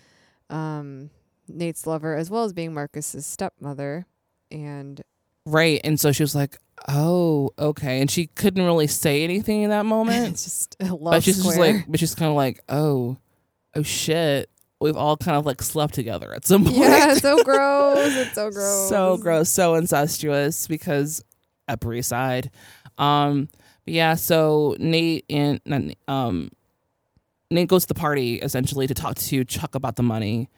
A: um, Nate's lover, as well as being Marcus's stepmother. And <laughs>
B: right, and so she was like, oh, okay, and she couldn't really say anything in that moment.
A: it's just a <laughs> love
B: but she's
A: square.
B: just like, but she's kind of like, oh, oh shit, we've all kind of like slept together at some
A: <laughs>
B: point.
A: yeah, it's so gross. It's so gross.
B: <laughs> so gross, so incestuous because Upper East Side. Um, but yeah, so Nate and not Nate, um, Nate goes to the party essentially to talk to Chuck about the money.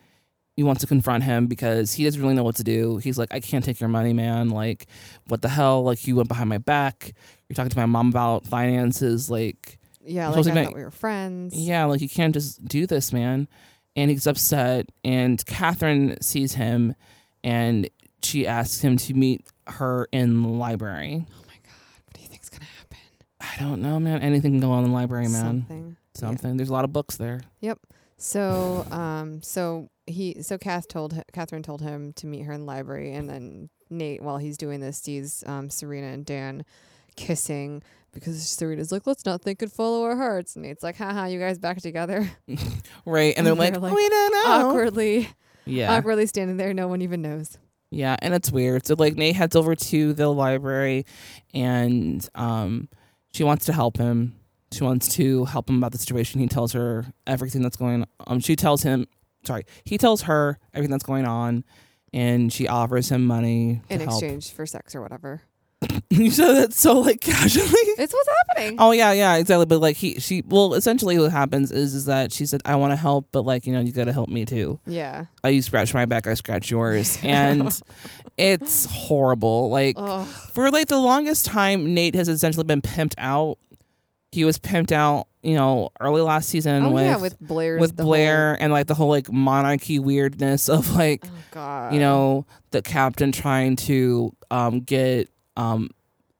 B: He wants to confront him because he doesn't really know what to do. He's like, I can't take your money, man. Like, what the hell? Like, you went behind my back. You're talking to my mom about finances. Like,
A: Yeah,
B: I'm
A: like
B: supposed to
A: I
B: be-
A: thought we were friends.
B: yeah, like you can't just do this, man. And he's upset. And Catherine sees him and she asks him to meet her in the library.
A: What do you think's gonna happen?
B: I don't know, man. Anything can go on in the library, man.
A: Something.
B: Something. There's a lot of books there.
A: So, um, so he, so Kath told h- Catherine told him to meet her in the library, and then Nate, while he's doing this, sees um, Serena and Dan kissing because Serena's like, "Let's not think and follow our hearts," and Nate's like, "Haha, you guys back
B: <laughs>
A: together?"
B: Right. And they're
A: They're
B: like, "Oh,
A: like,
B: we don't know.
A: Awkwardly,
B: Yeah.
A: awkwardly standing there, no one even knows.
B: Yeah, and it's weird. So like Nate heads over to the library and um she wants to help him. She wants to help him about the situation. He tells her everything that's going on. She tells him sorry, he tells her everything that's going on and she offers him money
A: in
B: to help.
A: exchange for sex or whatever.
B: you said that <laughs> so like <laughs> casually.
A: It's what's happening.
B: Oh yeah, yeah, exactly. But like he, she, well, essentially what happens is is that she said, "I want to help, but like you know, you got to help me too.
A: Yeah.
B: I you scratch my back, I
A: <laughs>
B: scratch yours," and it's horrible. Like
A: Ugh.
B: for like the longest time, Nate has essentially been pimped out. He was pimped out, you know, early last season
A: Oh
B: with
A: yeah, with Blair's
B: with
A: the whole-
B: Blair and like the whole like monarchy weirdness of like
A: oh God.
B: you know the captain trying to um, get um,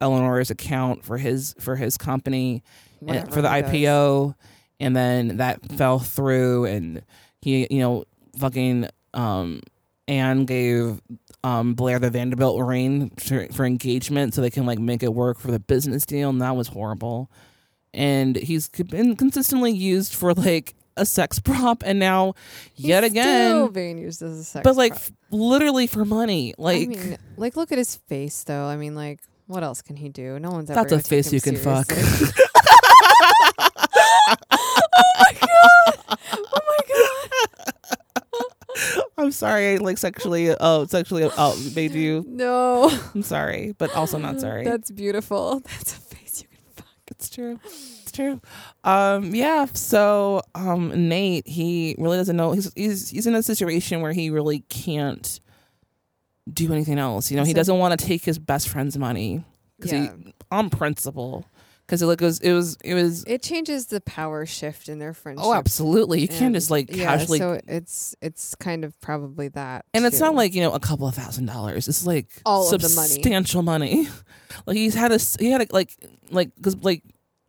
B: Eleanor's account for his for his company and-
A: Whatever
B: for the
A: he does.
B: IPO, and then that fell through, and he you know fucking um, Anne gave um, Blair the Vanderbilt ring for, for engagement so they can like make it work for the business deal, and that was horrible. And he's been consistently used for like a sex prop, and now
A: He's
B: yet again
A: still being used as a sex.
B: but like
A: prop.
B: f- literally for money like
A: I mean, like look at his face though. I mean, like what else can he do? No one's ever.
B: that's a
A: gonna take
B: face
A: him
B: you can fuck
A: seriously. <laughs> Oh <laughs>
B: i'm sorry I, like sexually uh sexually uh, made you
A: <laughs> No,
B: i'm sorry but
A: <laughs>
B: also not sorry
A: that's beautiful. <laughs> That's a face you can fuck.
B: it's true it's true um yeah so um nate he really doesn't know he's he's, he's in a situation where he really can't do anything else you know he
A: So-
B: doesn't want to take his best friend's money 'cause he-
A: Yeah.
B: on principle because it was it was it was
A: It changes the power shift in their friendship.
B: oh absolutely you can't
A: and-
B: just like
A: yeah,
B: casually
A: So it's it's kind of probably that.
B: And it's not
A: too.
B: like you know a couple of thousand dollars. It's like
A: All of the money.
B: substantial money. <laughs> Like he's had a s- he had a, like like because like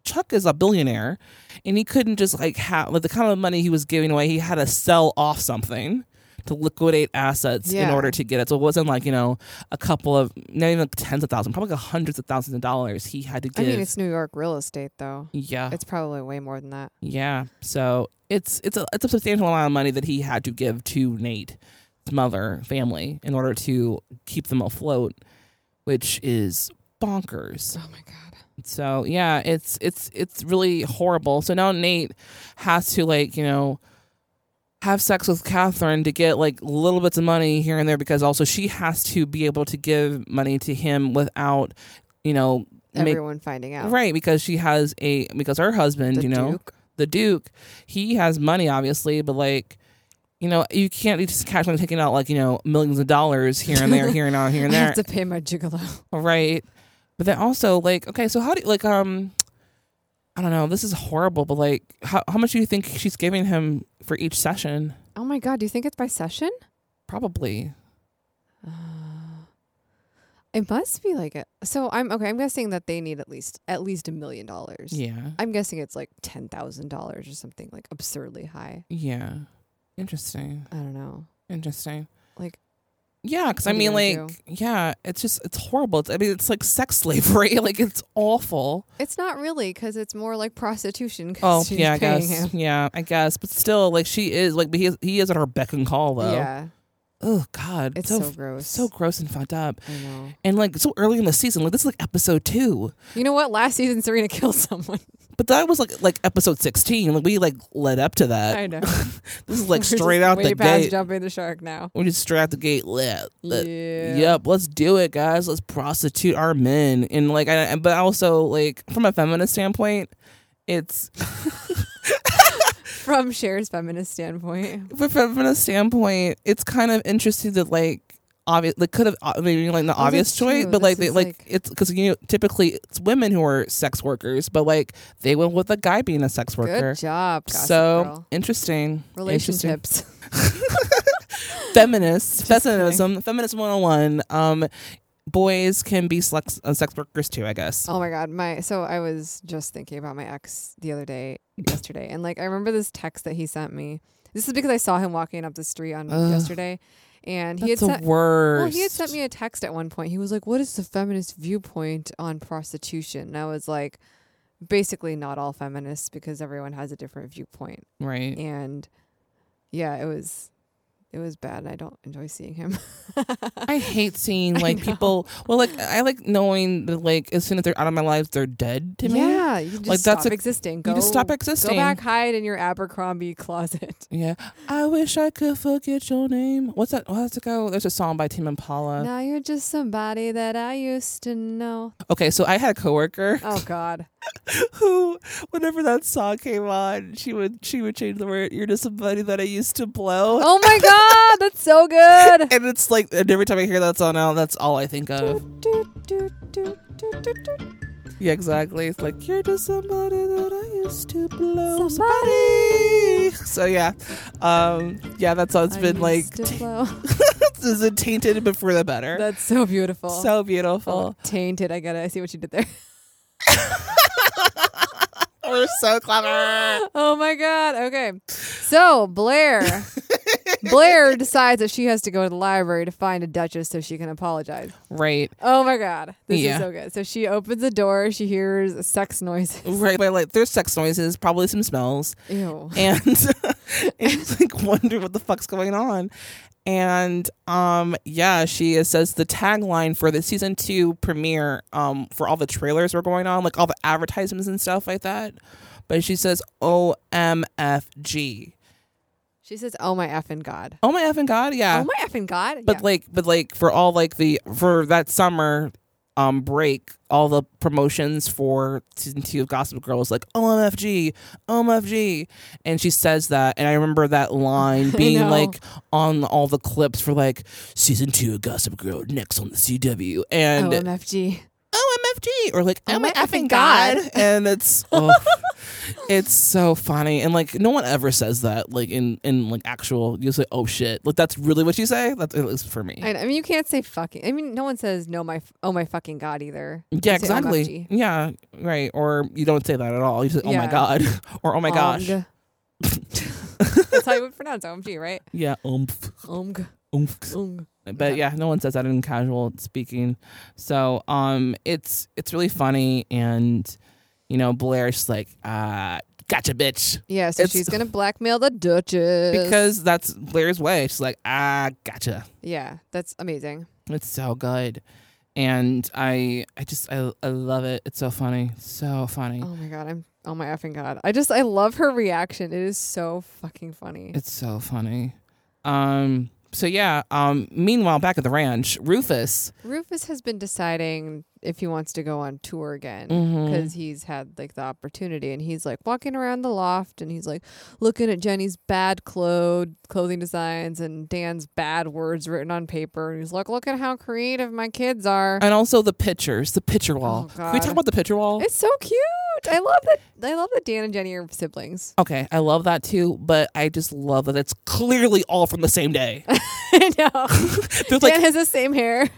B: Chuck is a billionaire, and he couldn't just like have like the kind of money he was giving away. He had to sell off something to liquidate assets in
A: Yeah.
B: order to get it. So it wasn't like you know a couple of not even like tens of thousands, probably like hundreds of thousands of dollars he had to
A: I
B: give.
A: mean, it's New York real estate though.
B: yeah,
A: It's probably way more than that.
B: yeah. So it's it's a it's a substantial amount of money that he had to give to Nate's mother family in order to keep them afloat, which is bonkers.
A: Oh my god.
B: So yeah, it's it's it's really horrible. So now Nate has to like you know have sex with Catherine to get like little bits of money here and there because also she has to be able to give money to him without you know make-
A: Everyone finding out.
B: right because she has a because her husband
A: The
B: you know
A: Duke.
B: the Duke, he has money, obviously, but like, you know, you can't be just casually taking out like you know millions of dollars here and
A: <laughs>
B: there, here and there, here
A: <laughs>
B: and
A: I
B: there,
A: have to pay my gigolo.
B: right? But then also like, okay, so how do you like um, I don't know, this is horrible, but like, how how much do you think she's giving him for each session?
A: Oh my god. Do you think it's by session?
B: Probably,
A: Uh, It must be like a so I'm okay, I'm guessing that they need at least at least a million dollars.
B: yeah,
A: I'm guessing it's like ten thousand dollars or something like absurdly high.
B: yeah, interesting,
A: I don't know.
B: interesting.
A: Like
B: Yeah, because I
A: What are you
B: mean, like,
A: gonna
B: yeah, it's just it's horrible. It's, I mean, it's like sex <laughs> slavery. Like, it's awful.
A: it's not really because it's more like prostitution. 'cause
B: Oh
A: she's
B: yeah, I
A: paying
B: guess.
A: him.
B: Yeah, I guess. But still, like she is like but he is, he is at her beck and call though.
A: Yeah,
B: Oh God,
A: It's so gross.
B: so gross and fucked up,
A: I know.
B: and like so early in the season. Like this is like episode two,
A: You know what? Last season, Serena <laughs> killed someone.
B: but that was like like episode sixteen. Like we like led up to that.
A: I know.
B: <laughs> This is Uh, <laughs> like
A: <laughs> We're
B: straight
A: just
B: out
A: way
B: the
A: past
B: gate.
A: Jumping the shark now. <laughs>
B: We're just straight out the gate. Let, let-
A: Yeah.
B: Yep. Let's do it, guys. Let's prostitute our men. And like, I, but also like from a feminist standpoint, it's
A: From Cher's feminist standpoint,
B: But from from a standpoint, it's kind of interesting that like obvious, like could have I mean, like the
A: Oh,
B: obvious
A: that's
B: choice,
A: true.
B: but like
A: This
B: they
A: is,
B: like,
A: like-
B: it's because you know typically it's women who are sex workers, but like they went with a guy being a sex worker.
A: good job. Gossip
B: so
A: girl.
B: interesting Interesting.
A: relationships.
B: feminists, feminism, feminism one hundred and one. Um, boys can be sex uh, sex workers too, I guess.
A: Oh my god, my so I was just thinking about my ex the other day, yesterday, and like I remember this text that he sent me. This is because I saw him walking up the street on yesterday, and he
B: That's
A: had
B: the
A: sent.
B: worst.
A: Well, he had sent me a text at one point. He was like, "What is the feminist viewpoint on prostitution?" And I was like, "Basically, not all feminists, because everyone has a different viewpoint."
B: right.
A: And yeah, it was, it was bad, and I don't enjoy seeing him. <laughs>
B: I hate seeing like people. Well, like I like knowing that like as soon as they're out of my life, they're dead to me.
A: yeah, you just
B: Like, that's
A: stop
B: a-
A: existing. Go,
B: you just stop existing.
A: Go back, hide in your Abercrombie closet.
B: Yeah. I wish I could forget your name. What's that? Oh, that's like a, there's a song by Tim Impala.
A: now you're just somebody that I used to know.
B: Okay, so I had a coworker <laughs>
A: <laughs> Oh God,
B: who, whenever that song came on, she would she would change the word. You're just somebody that I used to blow.
A: oh my God, that's so <laughs> good.
B: And it's like, and every time I hear that song now, that's all I think of.
A: Do, do, do, do, do, do.
B: Yeah, exactly. It's like you're just somebody that I used to blow. Somebody. So yeah, um, yeah, that song's
A: I
B: been like,
A: used to
B: <laughs>
A: blow.
B: is it tainted before the better?
A: that's so beautiful.
B: so beautiful. <laughs>
A: Oh, tainted. I gotta. I see what you did there. <laughs>
B: We're so clever.
A: Oh my god. Okay. So
B: <laughs>
A: Blair Blair decides that she has to go to the library to find a duchess so she can apologize.
B: Right,
A: Oh my god. This
B: Yeah.
A: is so good. So she opens the door, she hears sex noises.
B: right. But like, there's sex noises, probably some smells,
A: Ew.
B: and <laughs> it's like wonder what the fuck's going on. And um, yeah, she says the tagline for the season two premiere um for all the trailers were going on, like all the advertisements and stuff like that. But she says OMFG.
A: She says, Oh my effing god.
B: Oh my effing god,
A: Oh
B: yeah.
A: my effing god.
B: but
A: Yeah.
B: like but like for all like the for that summer um break all the promotions for season two of gossip girl was like omfg omfg and she says that and i remember
A: <laughs>
B: that line being
A: know.
B: like on all the clips for like season two of gossip girl next on the cw and
A: Oh. OMFG.
B: omfg or like oh my effing god,
A: God. <laughs>
B: and it's oh, it's so funny and like no one ever says that like in in like actual you say oh shit like that's really what you say that's at least for me
A: I, I mean you can't say fucking I mean no one says no my f- oh my fucking god either.
B: Yeah,
A: You say
B: exactly.
A: OMFG.
B: Yeah, right. Or you don't say that at all. You say, "Oh my
A: Yeah. Um,
B: god," <laughs> or "Oh my gosh." <laughs>
A: Omg. That's how you would pronounce OMG, right?
B: Yeah, oomph,
A: OMG.
B: oomph.
A: OMG.
B: But yeah, no one says that in casual speaking. So, um, it's it's really funny, and you know, Blair's like, uh, "Gotcha, bitch,"
A: Yeah, so
B: It's-
A: she's gonna blackmail the Duchess.
B: because that's Blair's way. She's like, "Ah, gotcha."
A: Yeah, that's amazing.
B: It's so good, and I I just I I love it. It's so funny, so funny.
A: Oh my god, I'm oh my effing god. I just I love her reaction. It is so fucking funny.
B: It's so funny. Um. So yeah. Um. Meanwhile, back at the ranch, Rufus.
A: Rufus has been deciding if he wants to go on tour again
B: Mhm.
A: because he's had like the opportunity and he's like walking around the loft and he's like looking at Jenny's bad clothes, clothing designs and Dan's bad words written on paper and he's like look at how creative my kids are.
B: And also the pictures, the picture wall.
A: Oh,
B: Can we
A: God.
B: talk about the picture wall?
A: It's so cute. I love that I love that Dan and Jenny are siblings.
B: <laughs> okay, I love that too, but I just love that it's clearly all from the
A: <laughs>
B: same day.
A: I know. Dan
B: There's like
A: has the same hair.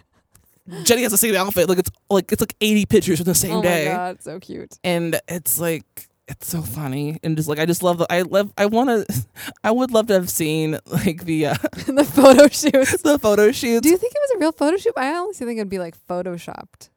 B: Jenny has the same outfit. Like it's like it's like 80 pictures from the same
A: Oh my
B: day,
A: god, so cute. <laughs>
B: and it's like it's so funny and just like I just love the I love I want to <laughs> I would love to have seen like the uh, <laughs>
A: the photo shoots.
B: the photo shoots.
A: Do you think it was a real photo shoot? I honestly think it'd be like photoshopped.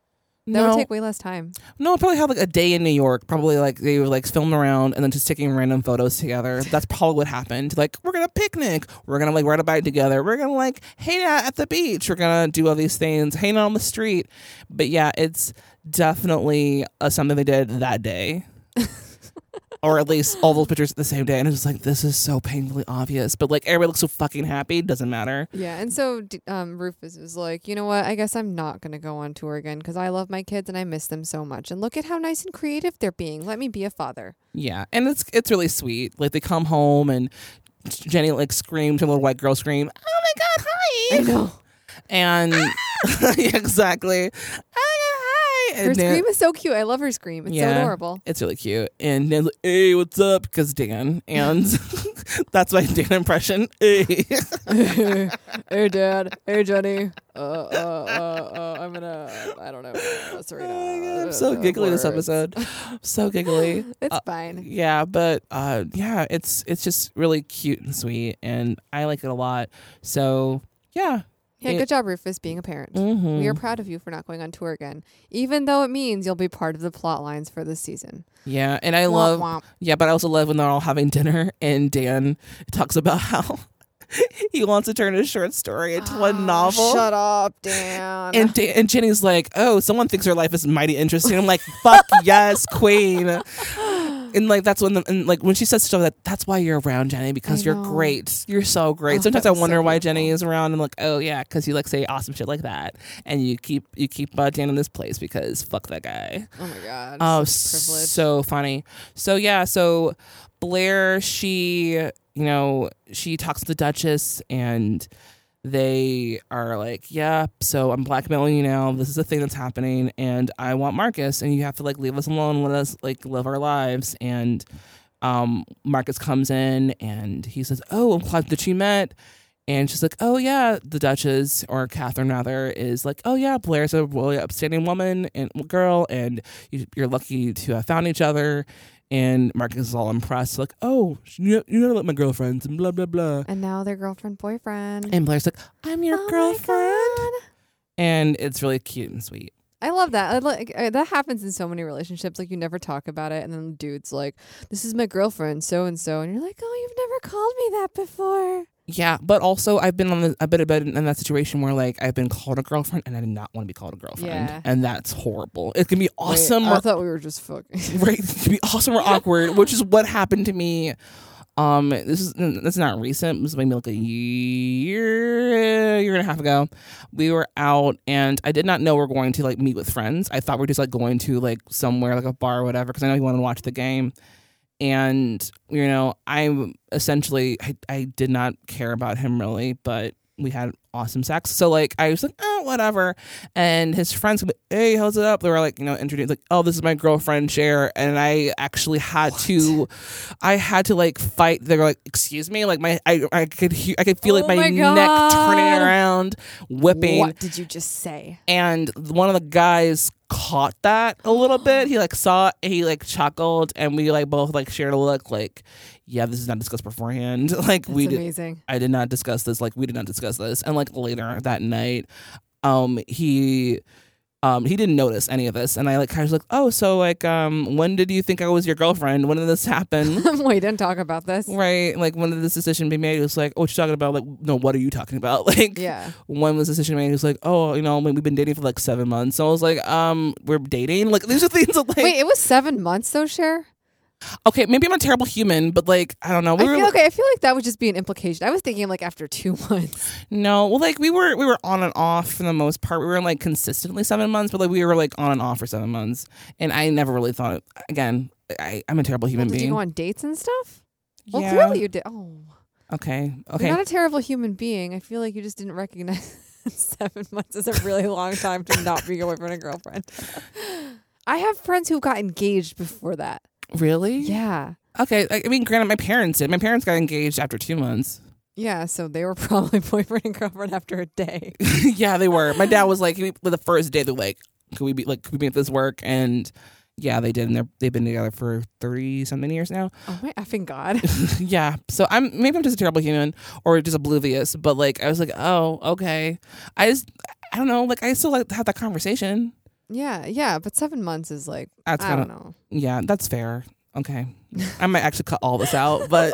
A: That
B: No.
A: would take way less time.
B: No, I probably had like a day in New York. Probably like they were like filming around and then just taking random photos together. That's probably what happened. Like we're gonna picnic. We're gonna like ride a bike together. We're gonna like hang out at the beach. We're gonna do all these things. Hang out on the street. But yeah, it's definitely uh, something they did that day. or at least all those pictures at the same day. And it's just like, this is so painfully obvious. But like, everybody looks so fucking happy. Doesn't matter.
A: Yeah, and so d- um, Rufus was like, you know what? I guess I'm not gonna go on tour again because I love my kids and I miss them so much. And look at how nice and creative they're being. Let me be a father.
B: Yeah, and it's it's really sweet. Like they come home and Jenny like screams, her little white girl scream, "Oh my god, hi!"
A: <laughs>
B: I know. And <laughs> Yeah, exactly, oh my god, hi!
A: Ah! Her
B: And Dan-
A: scream is so cute. I love her scream. It's so adorable.
B: It's really cute. And Dan's like, "Hey, what's up?" Because Dan,
A: <laughs>
B: and <laughs> that's my Dan impression. <laughs> Hey.
A: hey Dad. Hey Jenny. Uh, uh, uh, uh, I'm gonna. I don't know. Uh, Serena.
B: Oh I'm so giggly this episode.
A: <laughs>
B: so giggly.
A: It's
B: Uh,
A: fine.
B: yeah but uh yeah it's it's just really cute and sweet and i like it a lot so yeah
A: Yeah, Mm-hmm.
B: it-
A: good job, Rufus, being a parent.
B: Mhm.
A: We are proud of you for not going on tour again, even though it means you'll be part of the plot lines for this season.
B: yeah and i
A: Womp
B: love
A: womp.
B: yeah but i also love when they're all having dinner and dan talks about how <laughs> he wants to turn his short story into a novel.
A: Ah, Shut up, Dan.
B: and, Da- and Jenny's like, oh, someone thinks her life is mighty interesting. I'm like,
A: <laughs>
B: fuck yes, queen. And like that's when the, and like when she says stuff like that that's why you're around Jenny because you're great you're so great. Sometimes I
A: was Oh, so
B: wonder why Jenny is around. I'm like oh yeah because you like say awesome shit like that and you keep you keep uh, Dan in this place because fuck that guy.
A: oh my god.
B: Oh,
A: such privilege.
B: so funny. So yeah, so Blair, she, you know, she talks to the Duchess, and they are like, "Yeah, so I'm blackmailing you now. This is a thing that's happening, and I want Marcus, and you have to like leave us alone, let us like live our lives." And um, Marcus comes in, and he says, "Oh, I'm glad that you met." And she's like, oh, yeah, the Duchess, or Catherine rather, is like, oh, yeah, Blair's a really upstanding woman and girl, and you, you're lucky to have found each other. And Marcus is all impressed, like, oh, you, you gotta let my girlfriends, and blah, blah, blah.
A: and now their girlfriend boyfriend.
B: And Blair's like, I'm your
A: Oh my
B: girlfriend.
A: God.
B: And it's really cute and sweet.
A: I love that. I like uh, that happens in so many relationships. Like you never talk about it, and then the dude's like, "This is my girlfriend, so and so," and you're like, "Oh, you've never called me that before."
B: Yeah, but also I've been on the, a bit about in that situation where like I've been called a girlfriend and I did not want to be called a girlfriend,
A: Yeah.
B: and that's horrible. It can be awesome
A: Wait,
B: or
A: I thought we were just <laughs> fucking.
B: <laughs> right it could be awesome
A: <laughs>
B: or awkward which is what happened to me um this is that's not recent this is maybe like a year year and a half ago we were out and i did not know we are going to like meet with friends i thought we are just like going to like somewhere like a bar or whatever because i know you want to watch the game and you know i'm essentially I, I did not care about him really but we had awesome sex so like i was like oh whatever and his friends would be, hey how's it up they were like you know introduced like oh this is my girlfriend Cher and i actually had to i had to like fight they were like excuse me like my i, I could hear i could feel like
A: Oh
B: my,
A: my
B: neck turning
A: God.
B: around whipping
A: What did you just say?
B: and one of the guys caught that a little bit. He like saw it, he like chuckled, and we like both like shared a look like, yeah, this is not discussed beforehand. <laughs> Like we
A: It's
B: did,
A: amazing. <laughs>
B: I did not discuss this. Like we did not discuss this. And like later that night, um, he. Um, he didn't notice any of this, and I like kind of was like, oh, so like, um, when did you think I was your girlfriend? When did
A: <laughs>
B: this happen?
A: we didn't talk about this.
B: right? Like, when did this decision be made? It was like, oh, what you talking about? Like, no, what are you talking about? <laughs> Like,
A: Yeah.
B: when was the decision made? He was like, oh, you know, we- we've been dating for like seven months. So I was like, um, we're dating. Like these are things that like,
A: Wait, it was seven months though, Cher.
B: okay, maybe I'm a terrible human, but like I don't know. We
A: I
B: were
A: feel okay. I feel like that would just be an implication. I was thinking like after two <laughs> months.
B: no, well, like we were we were on and off for the most part. We were like consistently seven months, but like we were like on and off for seven months, and I never really thought. Again, I, I'm a terrible human
A: Did you
B: being.
A: go on dates and stuff? Well,
B: Yeah.
A: clearly you did. Oh,
B: okay,
A: you're
B: okay.
A: not a terrible human being. I feel like you just didn't recognize <laughs> seven months is a really long time to not be a boyfriend and girlfriend. I have friends who got engaged before that.
B: really?
A: Yeah.
B: Okay. I, I mean, granted, my parents did. My parents got engaged after two months.
A: Yeah, so they were <laughs> probably boyfriend and girlfriend after a day.
B: yeah, they were. My dad was like, he- the first day, they're like, could we be like, could we make this work? And yeah, they did. And they're, they've been together for 30 something years now.
A: Oh my effing
B: <laughs>
A: god.
B: yeah. So I'm, maybe I'm just a terrible human or just oblivious, but like, I was like, oh, okay. I just, I don't know. Like, I still like to have that conversation.
A: yeah, yeah, but seven months is like
B: That's
A: I
B: kinda-
A: don't know.
B: Yeah, that's fair. Okay. I might actually cut all
A: <laughs>
B: this out, but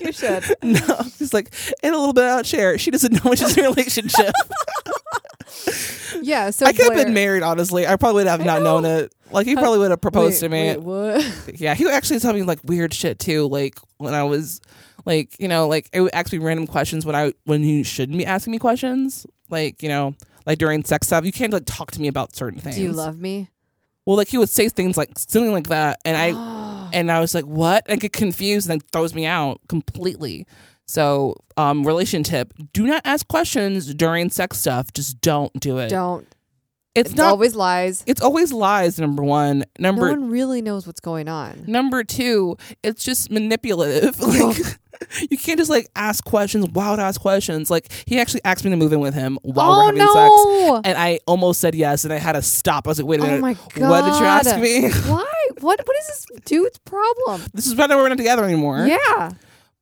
A: You should.
B: <laughs> no, just like, and a little bit out share. She doesn't know what she's
A: <laughs>
B: in a relationship.
A: Yeah, so
B: I could have
A: Blair-
B: been married, honestly. I probably would have not known it. Like, he probably would have proposed
A: Wait,
B: to me.
A: wait, what? <laughs>
B: Yeah, he would actually tell me like weird shit too. Like when I was like, you know, like it would ask me random questions when I when you shouldn't be asking me questions. Like, you know, like during sex stuff, you can't like talk to me about certain things.
A: Do you love me?
B: Well, like he would say things like something like that,
A: <gasps>
B: and I and I was like, what? I get confused and then throws me out completely. So, um, relationship: do not ask questions during sex stuff. Just don't do it.
A: Don't.
B: It's,
A: It's
B: not.
A: always lies.
B: it's always lies. Number one.
A: No
B: Number
A: one really knows what's going on.
B: Number two, it's just manipulative. <laughs>
A: <laughs>
B: Like you can't just like ask questions, wild ass questions. Like he actually asked me to move in with him while
A: Oh,
B: we're having
A: no.
B: sex, and I almost said yes, and I had to stop. I was like, wait a minute,
A: Oh my god.
B: what did you ask me? <laughs>
A: Why? What what is this dude's problem?
B: this is why we're not together anymore.
A: Yeah.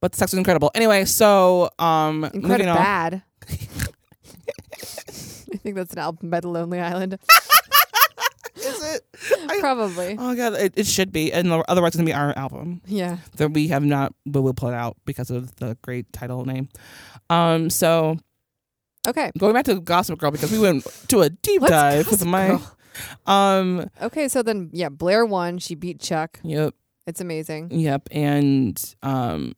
B: but sex was incredible. Anyway, so um,
A: Incredibly
B: moving on.
A: bad.
B: <laughs>
A: I think that's an album by the Lonely Island.
B: Is it?
A: Probably.
B: Oh my god, it, it should be, and otherwise it's gonna be our album.
A: Yeah.
B: that we have not but we'll pull it out because of the great title name. Um, so
A: Okay.
B: going back to Gossip Girl because we went to a deep
A: What's
B: dive with
A: Gossip
B: my. Um.
A: Okay, so then yeah, Blair won. She beat Chuck.
B: Yep.
A: It's amazing.
B: Yep. And um.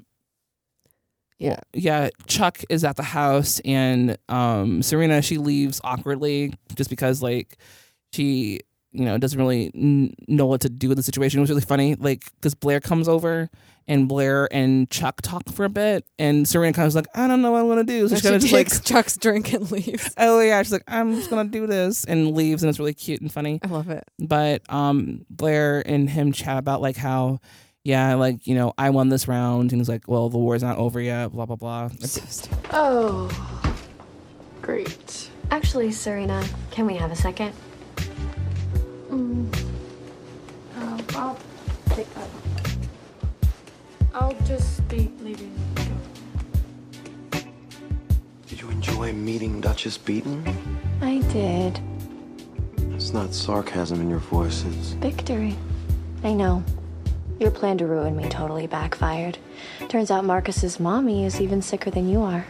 A: Yeah.
B: well, yeah. Chuck is at the house, and um, Serena she leaves awkwardly just because like she you know doesn't really n- know what to do with the situation. It was really funny, like because Blair comes over. And Blair and Chuck talk for a bit, and Serena kind of was like, "I don't know what I'm gonna do."
A: And
B: So she
A: she
B: kind of
A: <laughs> takes
B: just like,
A: Chuck's drink and leaves.
B: "Oh yeah," she's like, "I'm just gonna do this," and leaves, and it's really cute and
A: <laughs>
B: funny
A: I love it.
B: but um Blair and him chat about like how yeah like you know I won this round and he's like well the war's not over yet blah blah blah
A: So stupid.
C: Oh, great.
H: Actually, Serena, can we have a second?
F: Um, Mm, I'll take that. I'll just be leaving.
D: Did you enjoy meeting Duchess Beaton?
H: I did.
D: It's not sarcasm in your voice. It's
H: Victory. I know. Your plan to ruin me totally backfired. Turns out Marcus's mommy is even sicker than you are.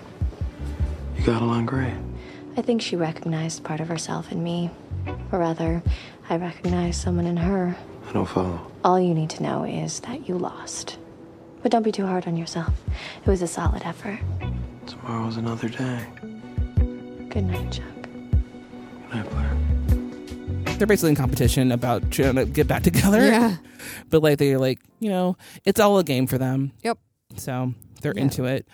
D: you got along great.
H: I think she recognized part of herself in me. Or rather, I recognized someone in her.
D: I don't follow.
H: All you need to know is that you lost. But don't be too hard on yourself. It was a solid effort.
D: Tomorrow's another day.
H: Good night, Chuck.
D: Good night, Blair.
B: they're basically in competition about trying to get back together
A: Yeah.
B: but like they're like you know it's all a game for them
A: Yep.
B: so they're into it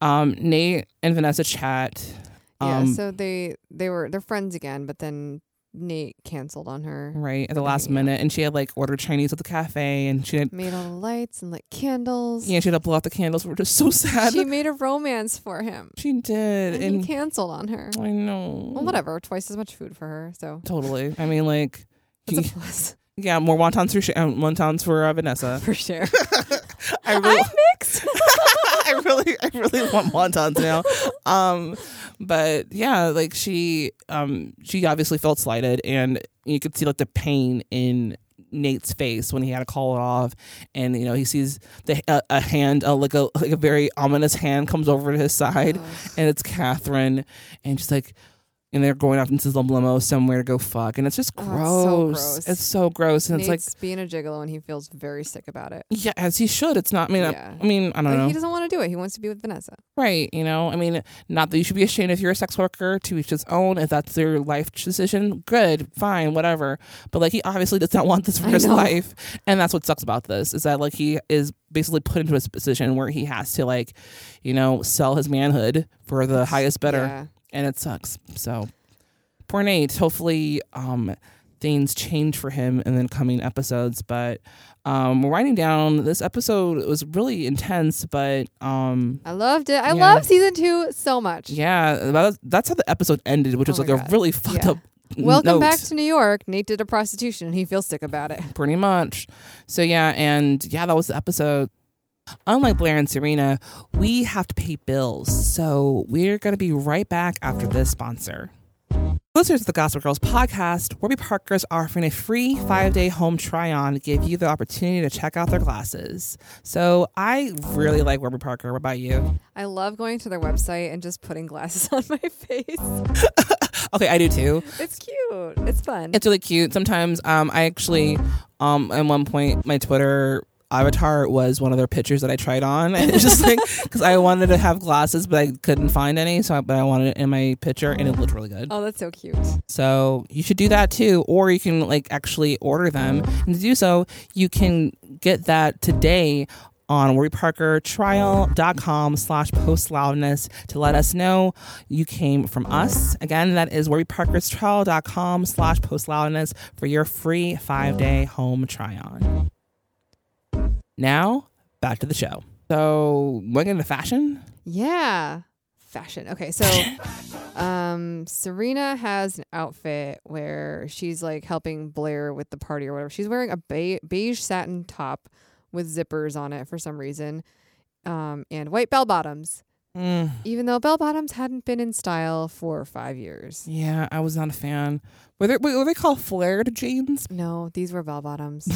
B: um Nate and Vanessa chat
A: Yeah.
B: um
A: so they they were they're friends again, but then Nate canceled on her.
B: right at the last
A: Yeah.
B: minute and she had like ordered Chinese at the cafe and she had
A: Made all the lights and lit candles.
B: yeah she had to blow out the candles which was so sad
A: She
B: she,
A: made a romance for
B: <laughs>
A: him.
B: did
A: And,
B: and,
A: he canceled on her.
B: I know
A: Well, whatever. Twice as much food for her. So
B: totally I mean like
A: that's
B: he-
A: a plus
B: Yeah, more wontons for Sh- um, wontons for uh, Vanessa.
A: for
B: <laughs>
A: sure.
B: I really, <laughs> I really, I really want wontons now. Um, but yeah, like she, um, she obviously felt slighted, and you could see like the pain in Nate's face when he had to call it off, and you know he sees the a, a hand, a, like a like a very ominous hand comes over to his side,
A: Oh.
B: and it's Catherine, and she's like. And they're going off into the limo somewhere to go fuck, and it's just
A: Oh, it's so
B: gross.
A: gross.
B: It's so gross, and
A: Nate's
B: it's like
A: being a gigolo and he feels very sick about it.
B: Yeah, as he should. It's not. I mean, I-
A: Yeah.
B: I, mean, I don't
A: Like,
B: know.
A: he doesn't want to do it. He wants to be with Vanessa.
B: right? You know, I mean, not that you should be ashamed if you're a sex worker. To each his own. If that's their life decision, good, fine, whatever. But like, he obviously does not want this for
A: I
B: his
A: know.
B: life, and that's what sucks about this is that like he is basically put into a position where he has to like, you know, sell his manhood for the highest bidder,
A: Yeah.
B: and it sucks. So, poor Nate. Hopefully, um, things change for him in the coming episodes. But um, we're writing down this episode was really intense, but um,
A: I loved it. I
B: Yeah.
A: love season two so much.
B: yeah, that- that's how the episode ended, which was
A: Oh
B: like
A: my
B: a
A: God.
B: really <laughs> fucked
A: Yeah.
B: up.
A: Welcome
B: note,
A: back to New York. Nate did a prostitution and he feels sick about it.
B: pretty much. So yeah, and yeah, that was the episode. Unlike Blair and Serena, we have to pay bills, so we're gonna be right back after this sponsor. Listeners of the Gospel Girls podcast, Warby Parker's offering a free five day home try on to give you the opportunity to check out their glasses. So I really like Warby Parker. What about you?
A: I love going to their website and just putting glasses <laughs> on my face.
B: Okay, I do too.
A: It's cute. It's fun.
B: It's really cute. Sometimes um, I actually, um, at one point, my Twitter avatar was one of their pictures that I tried on, <laughs> and it's just like because I wanted to have glasses, but I couldn't find any, so I, but I wanted it in my picture, and it looked really good.
A: oh, that's so cute.
B: So you should do that too, or you can like actually order them, and to do so, you can get that today on warbyparkertrial.com slash post loudness to let us know you came from us. Again, that is warbyparkerstrial.com slash post loudness for your free five day home try on. Now, back to the show. So, we're going to fashion.
A: Yeah. Fashion. Okay, so um Serena has an outfit where she's like helping Blair with the party or whatever. She's wearing a be- beige satin top with zippers on it for some reason. Um and white bell bottoms.
B: Mm,
A: Even though bell bottoms hadn't been in style for 5 years.
B: yeah, I was not a fan. Were they, were they called flared jeans?
A: No, these were bell bottoms.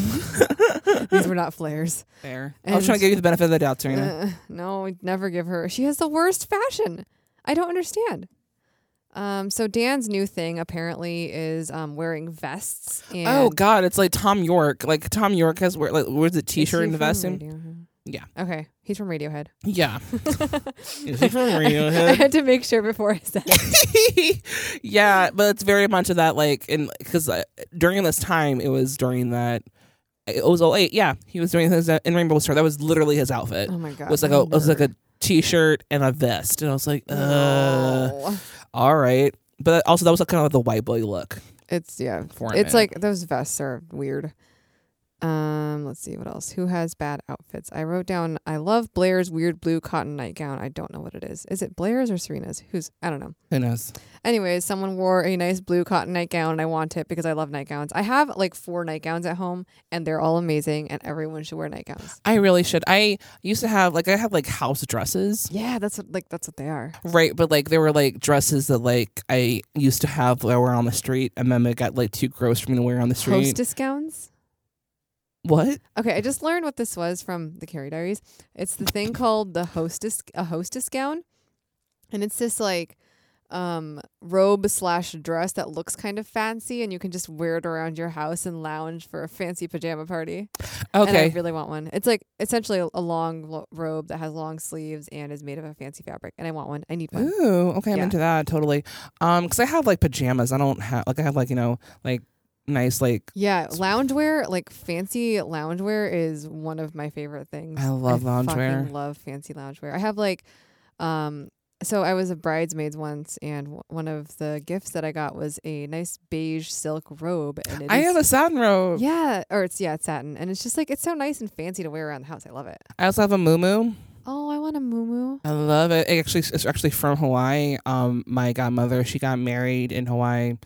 A: these were not flares.
B: Fair. I was
A: And-
B: trying to give you the benefit of the doubt, Serena.
A: Uh, no, we'd never give her. She has the worst fashion. I don't understand. Um, so Dan's new thing apparently is um, wearing vests. And
B: oh God, it's like Tom York. Like Tom York has wear like wears a
A: Is he
B: t-shirt and
A: from
B: a vest. and-
A: Radiohead?
B: Yeah.
A: Okay, he's from Radiohead. <laughs>
B: Yeah. Is he from
A: I
B: Radiohead?
A: had to make sure before I said. it.
B: <laughs> yeah, but it's very much of that like and because uh, during this time it was during that it was oh eight yeah he was doing his uh, in Rainbow Star that was literally his outfit
A: Oh my God,
B: was like
A: what
B: a
A: a
B: was like a
A: nerd.
B: t-shirt and a vest and I was like uh
A: Oh.
B: all right but also that was kind of like the white boy look
A: It's yeah.
B: For a
A: it's
B: minute.
A: like those vests are weird. Um, let's see what else. Who has bad outfits? I wrote down I love Blair's weird blue cotton nightgown. I don't know what it is. Is it Blair's or Serena's? Who's I don't know.
B: who knows
A: Anyways, someone wore a nice blue cotton nightgown and I want it because I love nightgowns. I have like four nightgowns at home and they're all amazing and everyone should wear nightgowns.
B: I really should I used to have like I had like house dresses
A: Yeah, that's what like that's what they are.
B: Right, but like there were like dresses that like I used to have that were on the street, and then it got like too gross for me to wear on the street.
A: Hostess gowns?
B: what?
A: Okay, I just learned what this was from the Carrie Diaries. It's the thing called the hostess a hostess gown, and it's this like um robe slash dress that looks kind of fancy, and you can just wear it around your house and lounge for a fancy pajama party. And I
B: Okay,
A: really want one. It's like essentially a, a long lo- robe that has long sleeves and is made of a fancy fabric, and I want one. I need one.
B: ooh, okay, I'm
A: Yeah.
B: into that totally. Um, because I have like pajamas. I don't have like I have like you know like nice like
A: Yeah, loungewear, like fancy loungewear, is one of my favorite things.
B: I love
A: fucking
B: loungewear.
A: Love fancy loungewear. I have like, um, so I was a bridesmaid once, and w- one of the gifts that I got was a nice beige silk robe, and it
B: I
A: is-
B: have a satin robe.
A: yeah, or it's yeah, it's satin, and it's just like it's so nice and fancy to wear around the house. I love it.
B: I also have a muumuu.
A: Oh, I want a muumuu.
B: I love it. it. Actually, it's actually from Hawaii. Um, my godmother she got married in Hawaii, I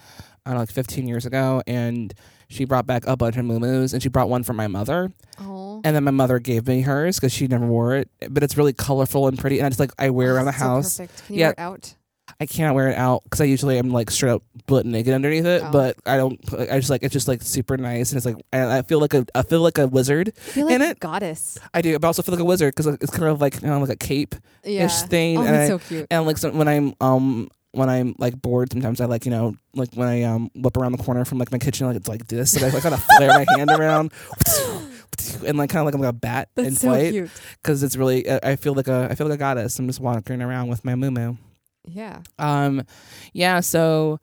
B: don't know, like 15 years ago, and she brought back a bunch of muumuus, and she brought one for my mother.
A: Oh,
B: And then my mother gave me hers because she never wore it. But it's really colorful and pretty. And I just like, I wear it around the
A: Oh, so
B: house.
A: perfect. Can you
B: Yeah.
A: wear it out?
B: I can't wear it out because I usually am like straight up butt naked underneath it.
A: Oh.
B: But I don't, I just like, it's just like super nice. And it's like, I, I feel like a, I feel like a wizard
A: I feel like
B: in
A: a
B: it.
A: goddess.
B: I do. But I also feel like a wizard because it's kind of like, you know, like a cape
A: Yeah.
B: ish thing.
A: Oh,
B: and
A: that's
B: I-
A: so cute.
B: And like so when I'm, um, when I'm like bored, sometimes I like you know like when I um whip around the corner from like my kitchen, like it's like this, and I like kind of flare my hand around, <laughs> and like kind of like I'm like a bat
A: <gasps> That's
B: in
A: so
B: flight
A: cute.
B: because it's really uh, I I feel like a I feel like a goddess. I'm just wandering around with my muumuu.
A: Yeah.
B: Um, yeah. So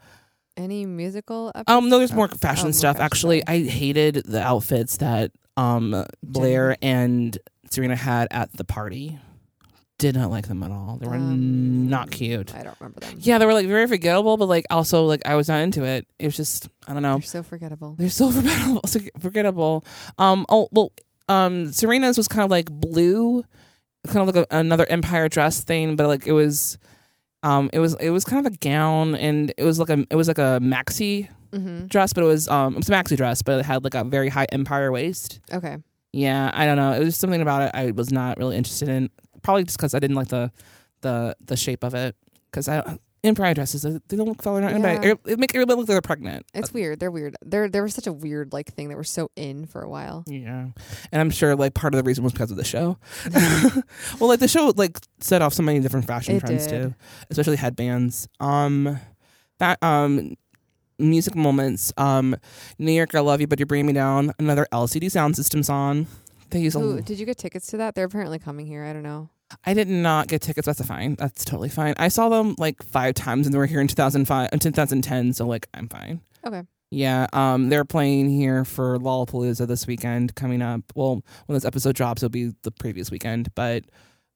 A: Any musical? Episodes?
B: um, no, there's more fashion
A: Oh, more
B: stuff.
A: fashion
B: Actually,
A: stuff.
B: I hated the outfits that um Blair and Serena had at the party. Did not like them at all. They were
A: Um,
B: not cute.
A: I don't remember them.
B: Yeah, they were like very forgettable, but like also like I was not into it. It was just I don't know.
A: They're so forgettable.
B: They're so <laughs> forgettable. so forgettable. Um. Oh well. Um. Serena's was kind of like blue, kind of like a, another Empire dress thing, but like it was, um, it was it was kind of a gown, and it was like a it was like a maxi
A: Mm-hmm.
B: dress, but it was um it was a maxi dress, but it had like a very high Empire waist.
A: Okay.
B: Yeah, I don't know. It was just something about it I was not really interested in. Probably just because I didn't like the the the shape of it. Because I Empire dresses they don't look fell around.
A: Yeah.
B: It, it make everybody look like they're pregnant.
A: It's weird. They're weird. They're they were such a weird like thing that were so in for a while.
B: Yeah. And I'm sure like part of the reason was because of
A: <laughs>
B: the show. <laughs> well, like the show like set off so many different fashion
A: It
B: trends
A: did.
B: too, especially headbands. Um that um music moments um New York I love you but you bring me down another LCD sound system song. They use a
A: Ooh, did you get tickets to that? They're apparently coming here. I don't know.
B: I did not get tickets. That's fine. That's totally fine. I saw them like five times, and they were here in 2005, in 2010. So like, I'm fine.
A: Okay. Oh
B: Yeah. Um, they're playing here for Lollapalooza this weekend coming up. Well, when this episode drops, it'll be the previous weekend. But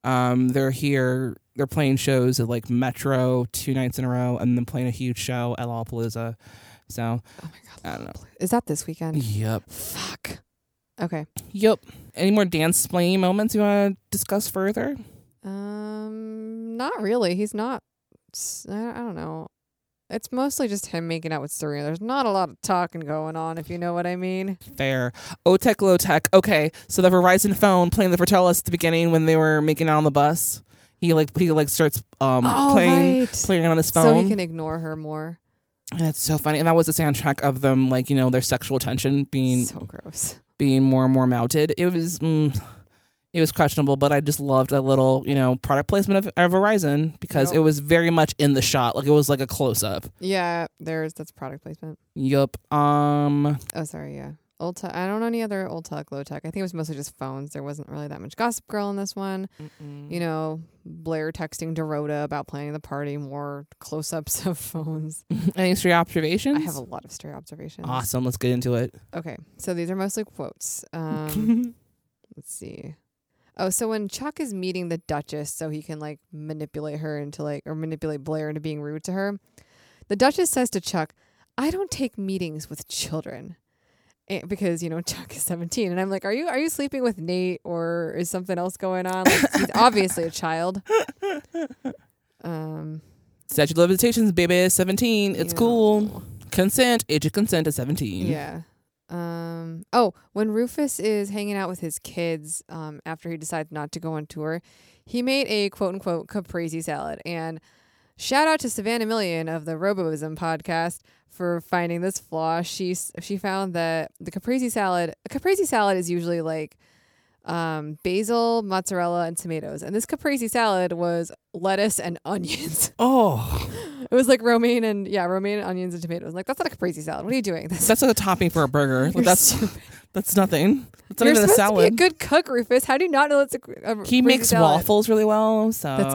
B: um, they're here. They're playing shows at like Metro two nights in a row, and then playing a huge show at Lollapalooza. So
A: Oh my god.
B: I don't know.
A: Is that this weekend?
B: Yep.
A: Fuck. Okay.
B: Yep. Any more dance playing moments you want to discuss further?
A: Um, not really. He's not. s- I I don't know. It's mostly just him making out with Surya. There's not a lot of talking going on, if you know what I mean.
B: Fair. Otech Low Tech. Okay, so the Verizon phone playing the Vertellus at the beginning when they were making out on the bus. He like he like starts um
A: Oh,
B: playing
A: right.
B: playing on his
A: So
B: phone.
A: he can ignore her more.
B: and that's so funny. And that was the soundtrack of them like you know their sexual tension being
A: So gross.
B: being more and more mounted. It was mm, it was questionable, but I just loved a little, you know, product placement of, of Verizon because
A: Yep.
B: it was very much in the shot. Like it was like a close up.
A: Yeah, there's that's product placement.
B: Yup. Um <laughs>
A: Oh, sorry, yeah. Old tech. I don't know any other old tech, low tech. I think it was mostly just phones. There wasn't really that much Gossip Girl in this one. You know, Blair texting Dorota about planning the party. More close-ups <laughs> of phones.
B: any stray observations?
A: I have a lot of stray observations.
B: awesome. Let's get into it.
A: Okay, so these are mostly quotes. Um, let's see. Oh, so when Chuck is meeting the Duchess, so he can like manipulate her into like, or manipulate Blair into being rude to her, the Duchess says to Chuck, "I don't take meetings with children." Eh, Because you know <laughs> Chuck is seventeen, and I'm like, are you are you sleeping with Nate, or is something else going on? Like, he's obviously a child. Um,
B: <laughs> Statute of limitations, baby, is seventeen. It's
A: Ew.
B: cool. Consent, age of consent is seventeen.
A: Yeah. Um oh, when Rufus is hanging out with his kids um after he decides not to go on tour, he made a quote unquote caprese salad and shout out to Savannah Million of the Roboism podcast for finding this flaw. She s- she found that the caprese salad caprese salad is usually like um basil, mozzarella and tomatoes. And this caprese salad was lettuce and <laughs> onions.
B: Oh,
A: it was like romaine and yeah, romaine and onions and tomatoes. like that's not a caprese salad. What are you doing? <laughs> That's
B: that's like a topping for a burger. Like, that's that's nothing. That's not
A: You're
B: even a
A: supposed to
B: salad.
A: be a good cook, Rufus. How do you not know that's a, a
B: he
A: Rufus
B: makes
A: salad?
B: waffles really well, so
A: That's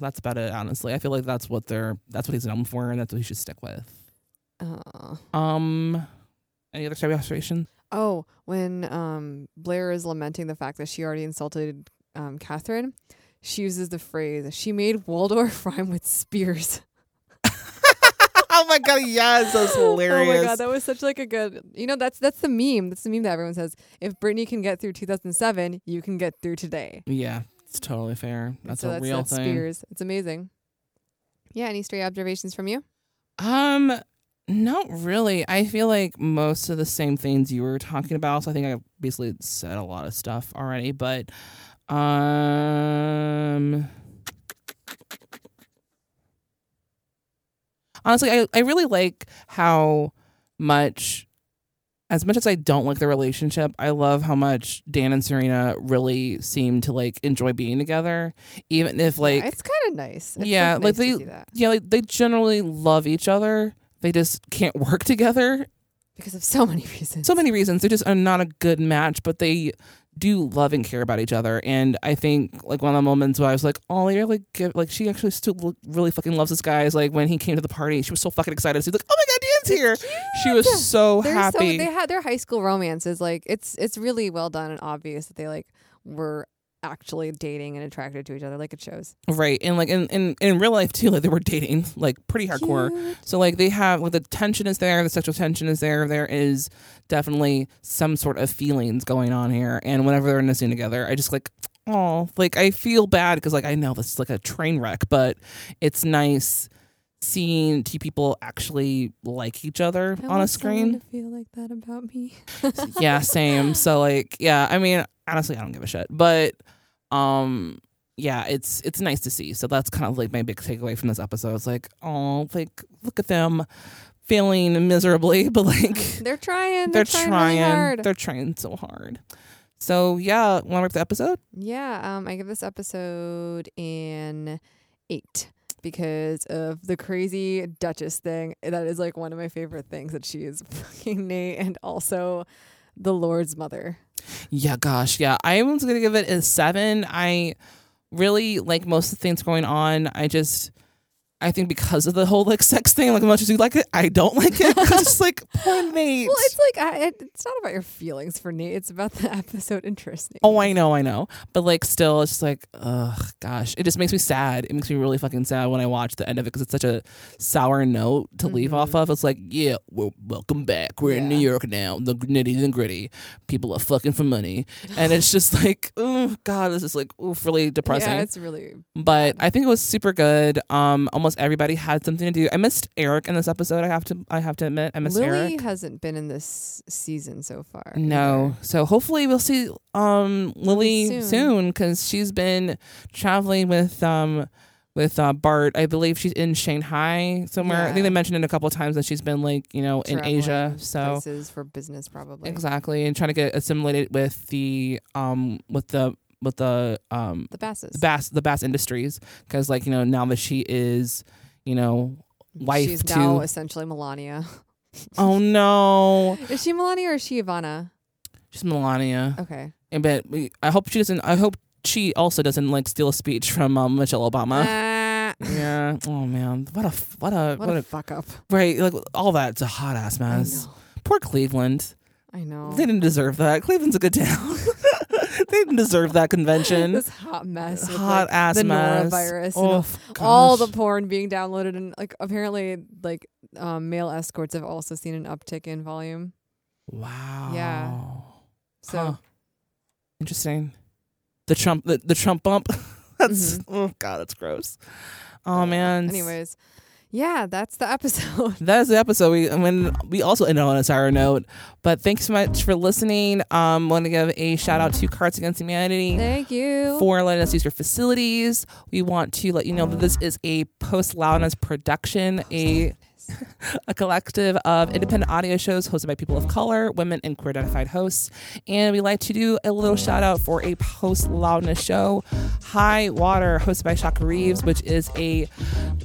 B: that's about it. Honestly, I feel like that's what they're that's what he's known for, and that's what he should stick with.
A: Oh.
B: Um, any other type of observation?
A: Oh, when um, Blair is lamenting the fact that she already insulted um, Catherine, she uses the phrase "she made Waldorf <laughs> rhyme with spears."
B: Oh my god, yes, that's
A: <laughs> Oh my god, that was such like a good. You know, that's that's the meme. That's the meme that everyone says. If Britney can get through 2007, you can get through today.
B: yeah, it's totally fair. That's
A: so
B: a
A: that's,
B: real
A: that's
B: thing.
A: Spears. It's amazing. Yeah. Any stray observations from you?
B: Um, not really. I feel like most of the same things you were talking about. So I think I basically said a lot of stuff already, but um. Honestly, I, I really like how much as much as I don't like the relationship, I love how much Dan and Serena really seem to like enjoy being together. Even if like
A: it's kind of nice. It's,
B: yeah,
A: like, nice
B: like they,
A: to see that.
B: yeah, like they generally love each other. They just can't <laughs> work together.
A: because of so many <laughs> reasons.
B: So many reasons. They just are not a good match, but they do love and care about each other. And I think like one of the moments where I was like, oh, they really give, like she actually still lo- really fucking loves this guy. Is like when he came to the party, she was so fucking excited. She's like, oh my god, Dan's here. She was so
A: They're so
B: happy.
A: they had their high school romances. Like it's it's really well done and obvious that they like were actually dating and attracted to each other. Like it shows.
B: Right. And like in, in, in real life too, like they were dating like pretty hardcore. So like they have like the tension is there, the sexual tension is there. There is definitely some sort of feelings going on here. And whenever they're in the scene together, I just like <sniffs> oh like I feel bad because like I know this is like a train wreck, but it's nice seeing two people actually like each other on a screen
A: feel like that about me.
B: yeah, same. So like, yeah, I mean, honestly, I don't give a shit. But um yeah, it's it's nice to see. So that's kind of like my big takeaway from this episode. It's like, oh, like look at them failing miserably, <laughs> but like
A: <laughs> They're trying. They're,
B: they're, trying,
A: really hard.
B: they're trying so hard. So yeah, want to wrap the episode?
A: yeah. Um. I give this episode an eight because of the crazy Duchess thing. That is like one of my favorite things that she is <laughs> fucking Nate and also the Lord's mother.
B: Yeah, gosh, yeah. I was gonna give it a seven. I really like most of the things going on. I just, I think because of the whole like sex thing, like as much as you like it, I don't like it. 'Cause it's like poor Nate.
A: <laughs> Well, it's like I, it, it's not about your feelings for Nate. It's about the <laughs> episode interest. Nate.
B: Oh, I know, I know. But like, still, it's just like, ugh, gosh, it just makes me sad. It makes me really fucking sad when I watch the end of it because it's such a sour note to leave off of. It's like, yeah, well, welcome back. We're in New York now. The nitty and gritty. People are fucking for money, and it's just <laughs> like, oh god, this is like, oof, really depressing.
A: Yeah, it's really
B: but I think it was super good. Um, almost everybody had something to do. I missed Eric in this episode. I have to, I have to admit, I missed Eric.
A: Lily hasn't been in this season so far.
B: No. So hopefully we'll see um Lily
A: Soon.
B: soon cuz she's been traveling with um with uh, Bart. I believe she's in Shanghai somewhere. I think
A: Yeah.
B: they mentioned it a couple of times that she's been like, you know,
A: either.
B: in Asia.
A: Traveling
B: So
A: places for business probably.
B: exactly and trying to get assimilated with the um with the with the um
A: The Basses.
B: the bass the bass industries because like you know now that she is you know wife
A: She's
B: to
A: now essentially Melania. <laughs>
B: oh no
A: Is she Melania or is she Ivana?
B: she's Melania
A: Okay.
B: and but we, I hope she doesn't I hope she also doesn't like steal a speech from um, Michelle Obama <laughs>
A: Ah. <laughs>
B: yeah oh man what a f- what a
A: what, a fuck up.
B: right like all that's a hot ass mess
A: know. Oh.
B: poor Cleveland
A: I know.
B: they didn't deserve that Cleveland's a good town <laughs> they didn't deserve that
A: <laughs>
B: convention
A: this hot mess. With
B: hot
A: like,
B: ass
A: the
B: mess
A: norovirus.
B: oh,
A: and all the
B: gosh.
A: porn being downloaded and like apparently like um, male escorts have also seen an uptick in volume.
B: wow
A: So
B: Huh. Interesting. The Trump the, the Trump bump. <laughs> that's
A: Mm-hmm.
B: oh god, that's gross. Oh man.
A: anyways, yeah, that's the episode. <laughs>
B: That is the episode. We and when we also ended on a sour note. But thanks so much for listening. Um want to give a shout out to Cards Against Humanity
A: Thank you.
B: for letting us use your facilities. We want to let you know that this is a post loudness production, a <laughs> a collective of independent audio shows hosted by people of color, women, and queer identified hosts. And we like to do a little shout out for a post loudness show, High Water, hosted by Shaka Reeves, which is a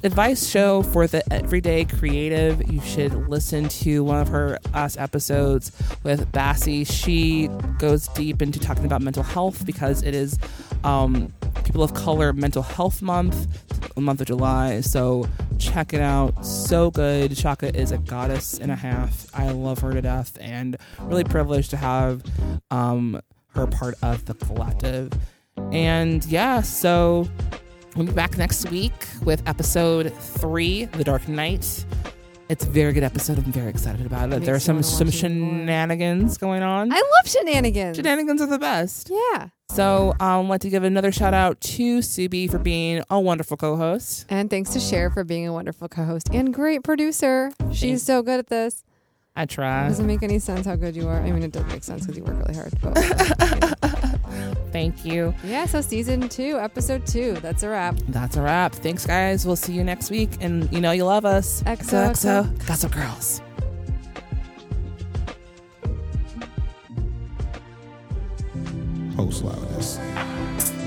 B: advice show for the everyday creative. You should listen to one of her us episodes with Bassie. She goes deep into talking about mental health because it is um, people of color mental health month the month of july so check it out so good shaka is a goddess and a half i love her to death and really privileged to have um, her part of the collective and yeah so we'll be back next week with episode three the dark knight it's a very good episode i'm very excited about it
A: Makes
B: there are
A: you
B: some
A: wanna
B: some
A: watch it more.
B: shenanigans going on
A: I love shenanigans.
B: shenanigans are the best
A: yeah.
B: so um, I'd like to give another shout out to CB for being a wonderful co-host.
A: And thanks to Cher for being a wonderful co-host and great producer. She's so good at this.
B: I try.
A: Doesn't make any sense how good you are. I mean, it does make sense because you work really hard. But
B: Thank you.
A: yeah, so season two, episode two. That's a wrap.
B: That's a wrap. Thanks, guys. We'll see you next week. And you know you love us.
A: XOXO.
B: XOXO. Gossip Girls.
I: Post loudness.